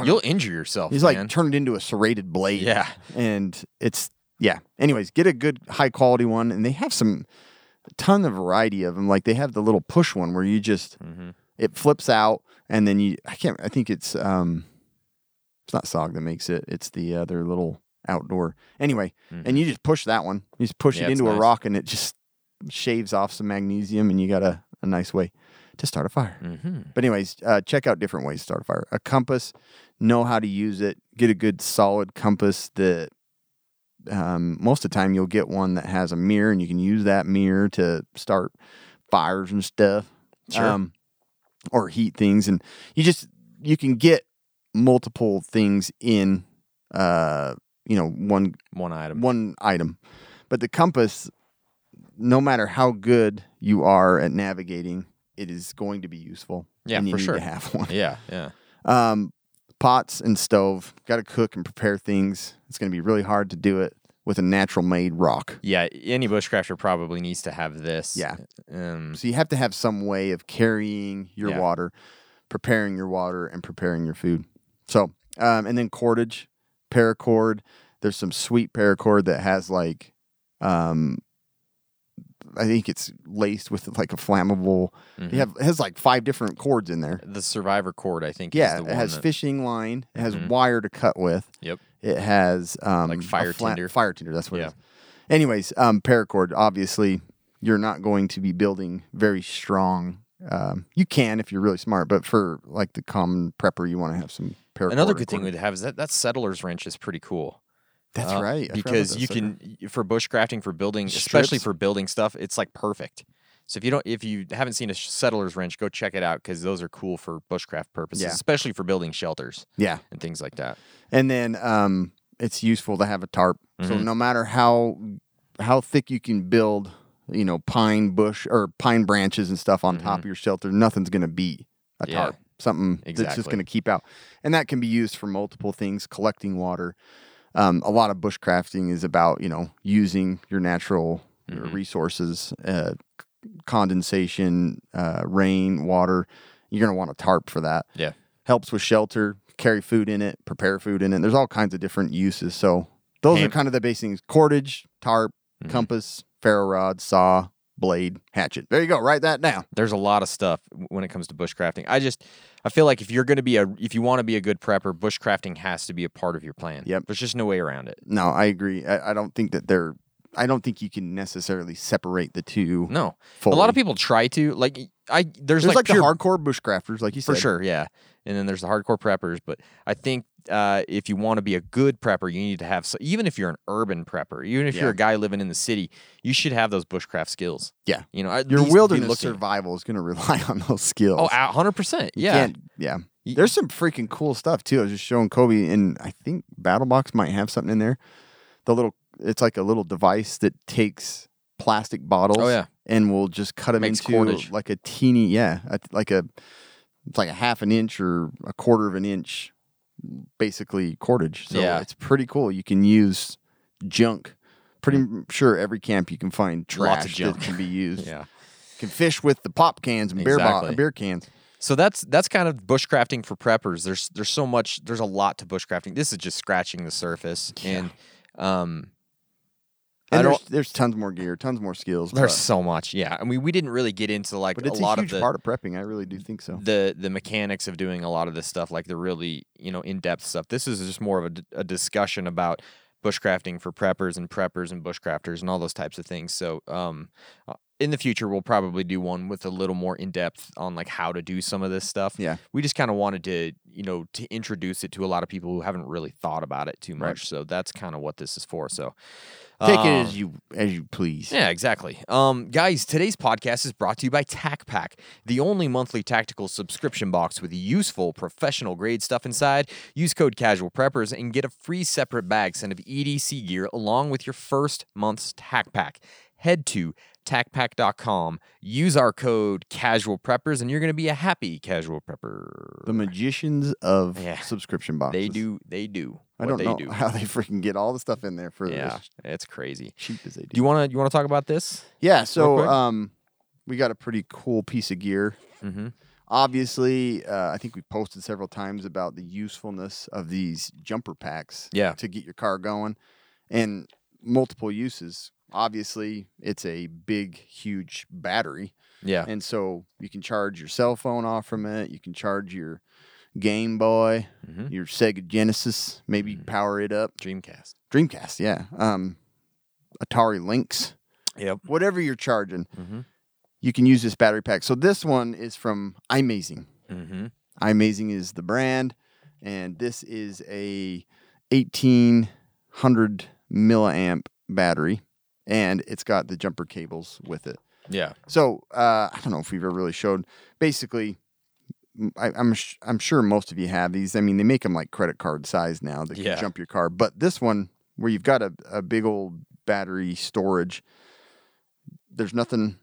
Speaker 5: You'll injure yourself.
Speaker 4: He's like
Speaker 5: man.
Speaker 4: turned into a serrated blade.
Speaker 5: Yeah.
Speaker 4: And it's yeah. Anyways, get a good high quality one and they have some ton of variety of them. Like they have the little push one where you just
Speaker 5: Mm-hmm.
Speaker 4: it flips out and then you I can't I think it's um it's not Sog that makes it. It's the other little outdoor. Anyway, and you just push that one. You just push
Speaker 5: Mm-hmm. Yeah,
Speaker 4: it
Speaker 5: it's
Speaker 4: into a
Speaker 5: nice.
Speaker 4: rock and it just shaves off some magnesium and you got a, a nice way to start a fire.
Speaker 5: Mm-hmm.
Speaker 4: But anyways, uh, check out different ways to start a fire. A compass, know how to use it. Get a good solid compass that um, most of the time you'll get one that has a mirror and you can use that mirror to start fires and stuff.
Speaker 5: Sure.
Speaker 4: Um, or heat things and you just you can get multiple things in uh you know one
Speaker 5: one item.
Speaker 4: one item. But the compass, no matter how good you are at navigating, it is going to be useful.
Speaker 5: Yeah,
Speaker 4: and you
Speaker 5: for
Speaker 4: need
Speaker 5: sure.
Speaker 4: To have one.
Speaker 5: Yeah, yeah.
Speaker 4: Um, pots and stove. Got to cook and prepare things. It's going to be really hard to do it with a natural made rock.
Speaker 5: Yeah, any bushcrafter probably needs to have this.
Speaker 4: Yeah.
Speaker 5: Um,
Speaker 4: So you have to have some way of carrying your
Speaker 5: Yeah.
Speaker 4: water, preparing your water, and preparing your food. So, um, and then cordage, paracord. There's some sweet paracord that has like, um, I think it's laced with like a flammable.
Speaker 5: Mm-hmm.
Speaker 4: You have it has like five different cords in there.
Speaker 5: the survivor cord, I think.
Speaker 4: Yeah,
Speaker 5: is the
Speaker 4: it
Speaker 5: one
Speaker 4: has
Speaker 5: that- Mm-hmm.
Speaker 4: fishing line. It has wire to cut with.
Speaker 5: Yep.
Speaker 4: It has um,
Speaker 5: Like
Speaker 4: a
Speaker 5: fire
Speaker 4: flat-
Speaker 5: tinder.
Speaker 4: Fire tinder. That's what.
Speaker 5: Yeah.
Speaker 4: it is. Anyways, um, paracord. Obviously, you're not going to be building very strong. Um, you can if you're really smart, but for like the common prepper, you want to have some paracord.
Speaker 5: Another
Speaker 4: or
Speaker 5: good thing
Speaker 4: cord.
Speaker 5: we'd have is that that settler's wrench is pretty cool.
Speaker 4: That's
Speaker 5: Uh,
Speaker 4: right. I forgot about
Speaker 5: because
Speaker 4: that
Speaker 5: you
Speaker 4: sucker.
Speaker 5: can y- for bushcrafting for building, especially
Speaker 4: Strips.
Speaker 5: for building stuff, it's like perfect. So if you don't, if you haven't seen a sh- settler's wrench, go check it out because those are cool for bushcraft purposes,
Speaker 4: Yeah.
Speaker 5: especially for building shelters
Speaker 4: Yeah,
Speaker 5: and things like that.
Speaker 4: and then um, it's useful to have a tarp. So
Speaker 5: Mm-hmm.
Speaker 4: no matter how how thick you can build, you know, pine bush or pine branches and stuff on top of your shelter, nothing's going to beat a
Speaker 5: Mm-hmm. Yeah.
Speaker 4: tarp. Something that's just
Speaker 5: Exactly.
Speaker 4: going to keep out, and that can be used for multiple things. Collecting water, um, a lot of bushcrafting is about you know using your natural uh,
Speaker 5: Mm-hmm.
Speaker 4: resources, uh, c- condensation, uh, rain, water. You're going to want a tarp for that
Speaker 5: Yeah.
Speaker 4: helps with shelter, carry food in it, prepare food in it. There's all kinds of different uses. So those are
Speaker 5: Ham- Mm-hmm.
Speaker 4: kind of the basic things: cordage, tarp, compass, ferro rod, saw, blade, hatchet. There you go. Write that down.
Speaker 5: there's a lot of stuff w- when it comes to bushcrafting. I just I feel like if you're going to be a if you want to be a good prepper, bushcrafting has to be a part of your plan.
Speaker 4: Yep.
Speaker 5: There's just no way around it.
Speaker 4: No, I agree. I, I don't think that they're. I don't think you can necessarily separate the two.
Speaker 5: No. A lot
Speaker 4: Fully.
Speaker 5: of people try to like y- I there's,
Speaker 4: there's like, the
Speaker 5: pure-
Speaker 4: hardcore bushcrafters, like you
Speaker 5: for
Speaker 4: said.
Speaker 5: sure, yeah. And then there's the hardcore preppers, but I think uh, if you want to be a good prepper, you need to have so, even if you're an urban prepper, even if
Speaker 4: Yeah.
Speaker 5: you're a guy living in the city, you should have those bushcraft skills.
Speaker 4: Yeah.
Speaker 5: You know, at
Speaker 4: Your
Speaker 5: least be
Speaker 4: wilderness
Speaker 5: looking.
Speaker 4: survival is going to rely on those skills.
Speaker 5: Oh, a- 100%.
Speaker 4: You
Speaker 5: yeah.
Speaker 4: can't- yeah.
Speaker 5: Y-
Speaker 4: There's some freaking cool stuff too. I was just showing Kobe, and I think Battlebox might have something in there. The little, it's like a little device that takes plastic bottles.
Speaker 5: Oh, yeah.
Speaker 4: and will just cut them
Speaker 5: Makes
Speaker 4: into
Speaker 5: cordage.
Speaker 4: like a teeny, yeah, a- like a, it's like a half an inch or a quarter of an inch, basically cordage. So
Speaker 5: Yeah.
Speaker 4: it's pretty cool. You can use junk. Pretty m- sure every camp you can find trash
Speaker 5: Lots of
Speaker 4: that
Speaker 5: junk.
Speaker 4: can be used.
Speaker 5: Yeah.
Speaker 4: can fish with the pop cans and beer bo-
Speaker 5: Exactly.
Speaker 4: beer cans.
Speaker 5: So that's that's kind of bushcrafting for preppers. There's there's so much there's a lot to bushcrafting. This is just scratching the surface, and um,
Speaker 4: And
Speaker 5: I
Speaker 4: there's,
Speaker 5: don't.
Speaker 4: there's tons more gear, tons more skills.
Speaker 5: There's
Speaker 4: but,
Speaker 5: so much, yeah. I mean, we didn't really get into like
Speaker 4: but
Speaker 5: a
Speaker 4: it's a,
Speaker 5: lot
Speaker 4: huge
Speaker 5: of the
Speaker 4: part of prepping. I really do think so.
Speaker 5: the the mechanics of doing a lot of this stuff, like the really you know in depth stuff. This is just more of a, d- a discussion about bushcrafting for preppers and preppers and bushcrafters and all those types of things. So um, uh, in the future we'll probably do one with a little more in depth on like how to do some of this stuff.
Speaker 4: Yeah.
Speaker 5: We just kind of wanted to, you know, to introduce it to a lot of people who haven't really thought about it too much.
Speaker 4: Right.
Speaker 5: So that's kind of what this is for. So
Speaker 4: Take
Speaker 5: um,
Speaker 4: it as you as you please.
Speaker 5: yeah, exactly. Um, guys, today's podcast is brought to you by Tac Pack, the only monthly tactical subscription box with useful professional grade stuff inside. Use code Casual Preppers and get a free separate bag sent of EDC gear along with your first month's Tac Pack. Head to tacpack.com, use our code Casual Preppers, and you're going to be a happy casual prepper.
Speaker 4: The magicians of
Speaker 5: Yeah.
Speaker 4: subscription boxes.
Speaker 5: They do. They do.
Speaker 4: I
Speaker 5: what
Speaker 4: don't
Speaker 5: they
Speaker 4: know
Speaker 5: do.
Speaker 4: how they freaking get all the stuff in there for
Speaker 5: Yeah,
Speaker 4: as
Speaker 5: it's crazy.
Speaker 4: cheap as they do.
Speaker 5: Do you want to? You want to talk about this?
Speaker 4: yeah. So
Speaker 5: quick?
Speaker 4: um, we got a pretty cool piece of gear.
Speaker 5: Mm-hmm.
Speaker 4: Obviously, uh, I think we posted several times about the usefulness of these jumper packs.
Speaker 5: Yeah.
Speaker 4: To get your car going, and multiple uses. Obviously, it's a big, huge battery.
Speaker 5: Yeah.
Speaker 4: And so you can charge your cell phone off from it. You can charge your Game Boy,
Speaker 5: Mhm.
Speaker 4: your Sega Genesis, maybe power it up.
Speaker 5: Dreamcast.
Speaker 4: Dreamcast, yeah. Um, Atari Lynx,
Speaker 5: Yep.
Speaker 4: whatever you're charging,
Speaker 5: Mhm.
Speaker 4: you can use this battery pack. So this one is from iMazing.
Speaker 5: Mm-hmm.
Speaker 4: iMazing is the brand, and this is a 1800 milliamp battery, and it's got the jumper cables with it.
Speaker 5: Yeah.
Speaker 4: So uh, I don't know if we've ever really showed. Basically, m- I, am sh- I'm sure most of you have these. I mean, they make them like credit card size now. They
Speaker 5: Yeah.
Speaker 4: can jump your car, but this one where you've got a, a big old battery storage, there's nothing.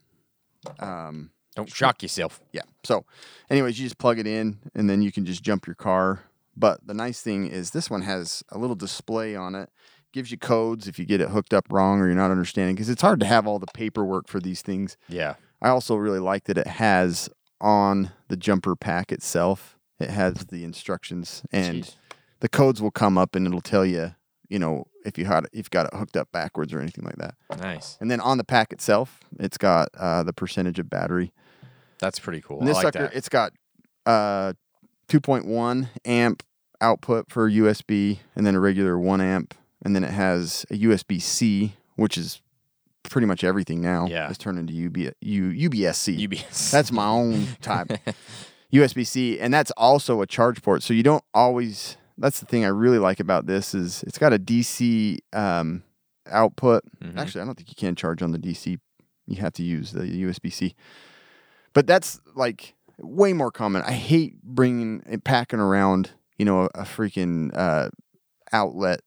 Speaker 4: Um,
Speaker 5: Don't shock yourself.
Speaker 4: yeah. So, anyways, you just plug it in, and then you can just jump your car. But the nice thing is, this one has a little display on it. Gives you codes if you get it hooked up wrong or you're not understanding, because it's hard to have all the paperwork for these things.
Speaker 5: Yeah.
Speaker 4: I also really like that it has on the jumper pack itself. It has the instructions and
Speaker 5: Jeez.
Speaker 4: the codes will come up and it'll tell you, you know, if you had if you've got it hooked up backwards or anything like that.
Speaker 5: Nice.
Speaker 4: And then on the pack itself, it's got uh, the percentage of battery.
Speaker 5: That's pretty cool.
Speaker 4: and this
Speaker 5: I like
Speaker 4: sucker,
Speaker 5: that.
Speaker 4: it's got uh, 2.1 amp output for USB, and then a regular one amp, and then it has a USB C, which is pretty much everything now.
Speaker 5: Yeah.
Speaker 4: it's turned into UB, U, UBS C.
Speaker 5: UBS.
Speaker 4: That's my own type. USB C, and that's also a charge port. So you don't always. That's the thing I really like about this is it's got a DC um, output.
Speaker 5: Mhm.
Speaker 4: Actually, I don't think you can charge on the DC. You have to use the USB C. But that's like way more common. I hate bringing and packing around, you know, a, a freaking uh, outlet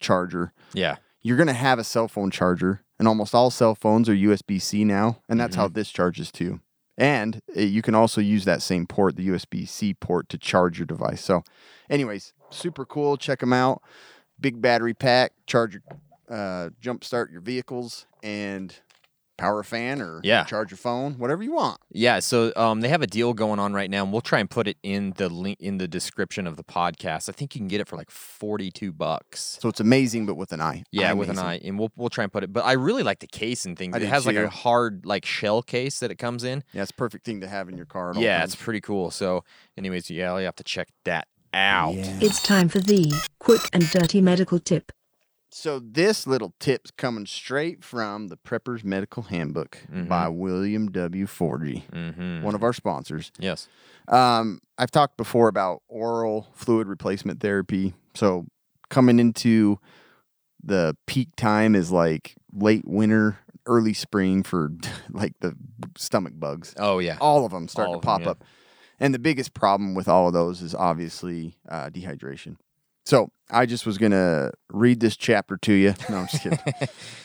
Speaker 4: charger.
Speaker 5: yeah.
Speaker 4: You're gonna have a cell phone charger, and almost all cell phones are USB C now, and that's how
Speaker 5: Mm-hmm.
Speaker 4: this charges too. And uh, you can also use that same port, the USB C port, to charge your device. So, anyways, super cool. Check them out. Big battery pack, charge your, uh, jump start your vehicles, and power a fan or
Speaker 5: Yeah.
Speaker 4: charge your phone, whatever you want.
Speaker 5: Yeah. So um, they have a deal going on right now, and we'll try and put it in the link in the description of the podcast. I think you can get it for like forty-two bucks.
Speaker 4: So it's amazing, but with an eye.
Speaker 5: Yeah, with an
Speaker 4: Amazing.
Speaker 5: eye, and we'll we'll try and put it. But I really like the case and things.
Speaker 4: I
Speaker 5: it
Speaker 4: do
Speaker 5: has like
Speaker 4: too.
Speaker 5: a hard like shell case that it comes in.
Speaker 4: Yeah, it's a perfect thing to have in your car. at all
Speaker 5: Yeah,
Speaker 4: times.
Speaker 5: it's pretty cool. So, anyways, yeah, you have to check that out.
Speaker 2: It's time for the quick and dirty medical tip.
Speaker 4: So this little tip's coming straight from the Prepper's Medical Handbook by William W. Forgy,
Speaker 5: Mm-hmm.
Speaker 4: one of our sponsors.
Speaker 5: Yes.
Speaker 4: Um, I've talked before about oral fluid replacement therapy. So coming into the peak time is like late winter, early spring for like the stomach bugs.
Speaker 5: Oh yeah.
Speaker 4: All of them start
Speaker 5: All
Speaker 4: to
Speaker 5: of 'em,
Speaker 4: pop
Speaker 5: yeah.
Speaker 4: up. And the biggest problem with all of those is obviously uh, dehydration. So I just was going to read this chapter to you. No, I'm just kidding.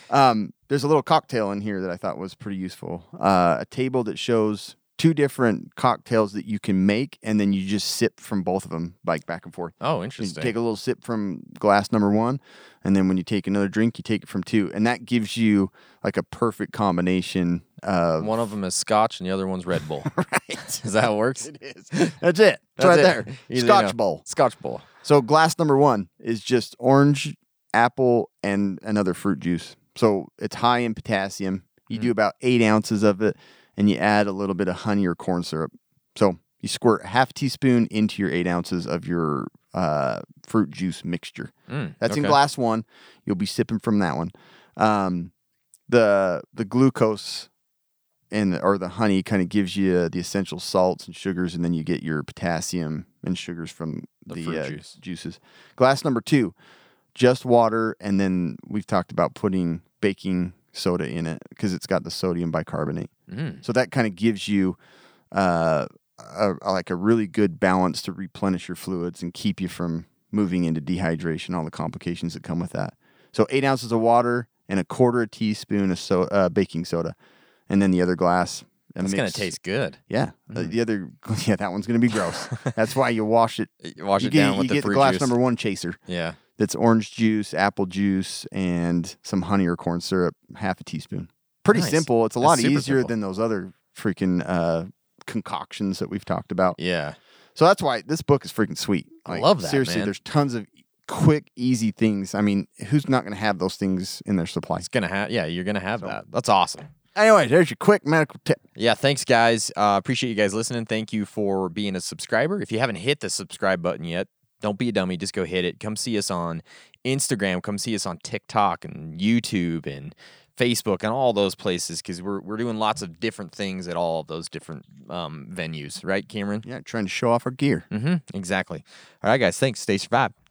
Speaker 4: um, there's a little cocktail in here that I thought was pretty useful. Uh, a table that shows two different cocktails that you can make, and then you just sip from both of them, like back and forth.
Speaker 5: Oh,
Speaker 4: You
Speaker 5: interesting.
Speaker 4: take a little sip from glass number one, and then when you take another drink, you take it from two, and that gives you like a perfect combination of
Speaker 5: One of them is Scotch, and the other one's Red Bull.
Speaker 4: right.
Speaker 5: Is that how it works?
Speaker 4: It is. That's it. It's
Speaker 5: That's
Speaker 4: right
Speaker 5: it.
Speaker 4: there.
Speaker 5: Either, you
Speaker 4: Scotch
Speaker 5: know.
Speaker 4: bowl.
Speaker 5: Scotch Bowl.
Speaker 4: So glass number one is just orange, apple, and another fruit juice. So it's high in potassium. You do about eight ounces of it, and you add a little bit of honey or corn syrup. So you squirt half teaspoon into your eight ounces of your uh, fruit juice mixture.
Speaker 5: Mm,
Speaker 4: That's in
Speaker 5: okay.
Speaker 4: glass one. You'll be sipping from that one. Um, the the glucose and the, or the honey kind of gives you uh, the essential salts and sugars, and then you get your potassium and sugars from
Speaker 5: The
Speaker 4: the,
Speaker 5: fruit
Speaker 4: uh,
Speaker 5: juice.
Speaker 4: juices. Glass number two, just water, and then we've talked about putting baking soda in it because it's got the sodium bicarbonate. So that kind of gives you uh, a, a- like a really good balance to replenish your fluids and keep you from moving into dehydration, all the complications that come with that. So eight ounces of water and a quarter a teaspoon of so, uh, baking soda, and then the other glass. a
Speaker 5: It's gonna
Speaker 4: mix-
Speaker 5: taste Mm-hmm. good.
Speaker 4: Yeah, the- the other yeah that one's gonna be gross. That's why you wash it.
Speaker 5: You wash
Speaker 4: you
Speaker 5: it
Speaker 4: get,
Speaker 5: down
Speaker 4: you
Speaker 5: with the
Speaker 4: get
Speaker 5: fruit
Speaker 4: glass
Speaker 5: juice.
Speaker 4: number one chaser.
Speaker 5: Yeah.
Speaker 4: That's orange juice, apple juice, and some honey or corn syrup, half a teaspoon. Pretty
Speaker 5: Nice.
Speaker 4: simple. It's a
Speaker 5: That's
Speaker 4: lot
Speaker 5: super
Speaker 4: easier
Speaker 5: simple.
Speaker 4: than those other freaking uh, concoctions that we've talked about.
Speaker 5: Yeah.
Speaker 4: So that's why this book is freaking sweet.
Speaker 5: I love that,
Speaker 4: Seriously,
Speaker 5: man.
Speaker 4: there's tons of quick, easy things. I mean, who's not going to have those things in their supply?
Speaker 5: It's gonna have. Yeah, you're gonna have that. That's awesome.
Speaker 4: Anyway, there's your quick medical tip.
Speaker 5: Yeah, thanks guys. Uh, appreciate you guys listening. Thank you for being a subscriber. If you haven't hit the subscribe button yet, don't be a dummy. Just go hit it. Come see us on Instagram. Come see us on TikTok and YouTube and Facebook and all those places because we're we're doing lots of different things at all of those different um, venues. Right, Cameron?
Speaker 4: Yeah, trying to show off our gear.
Speaker 5: Mm-hmm. Exactly. All right, guys. Thanks. Stay survived.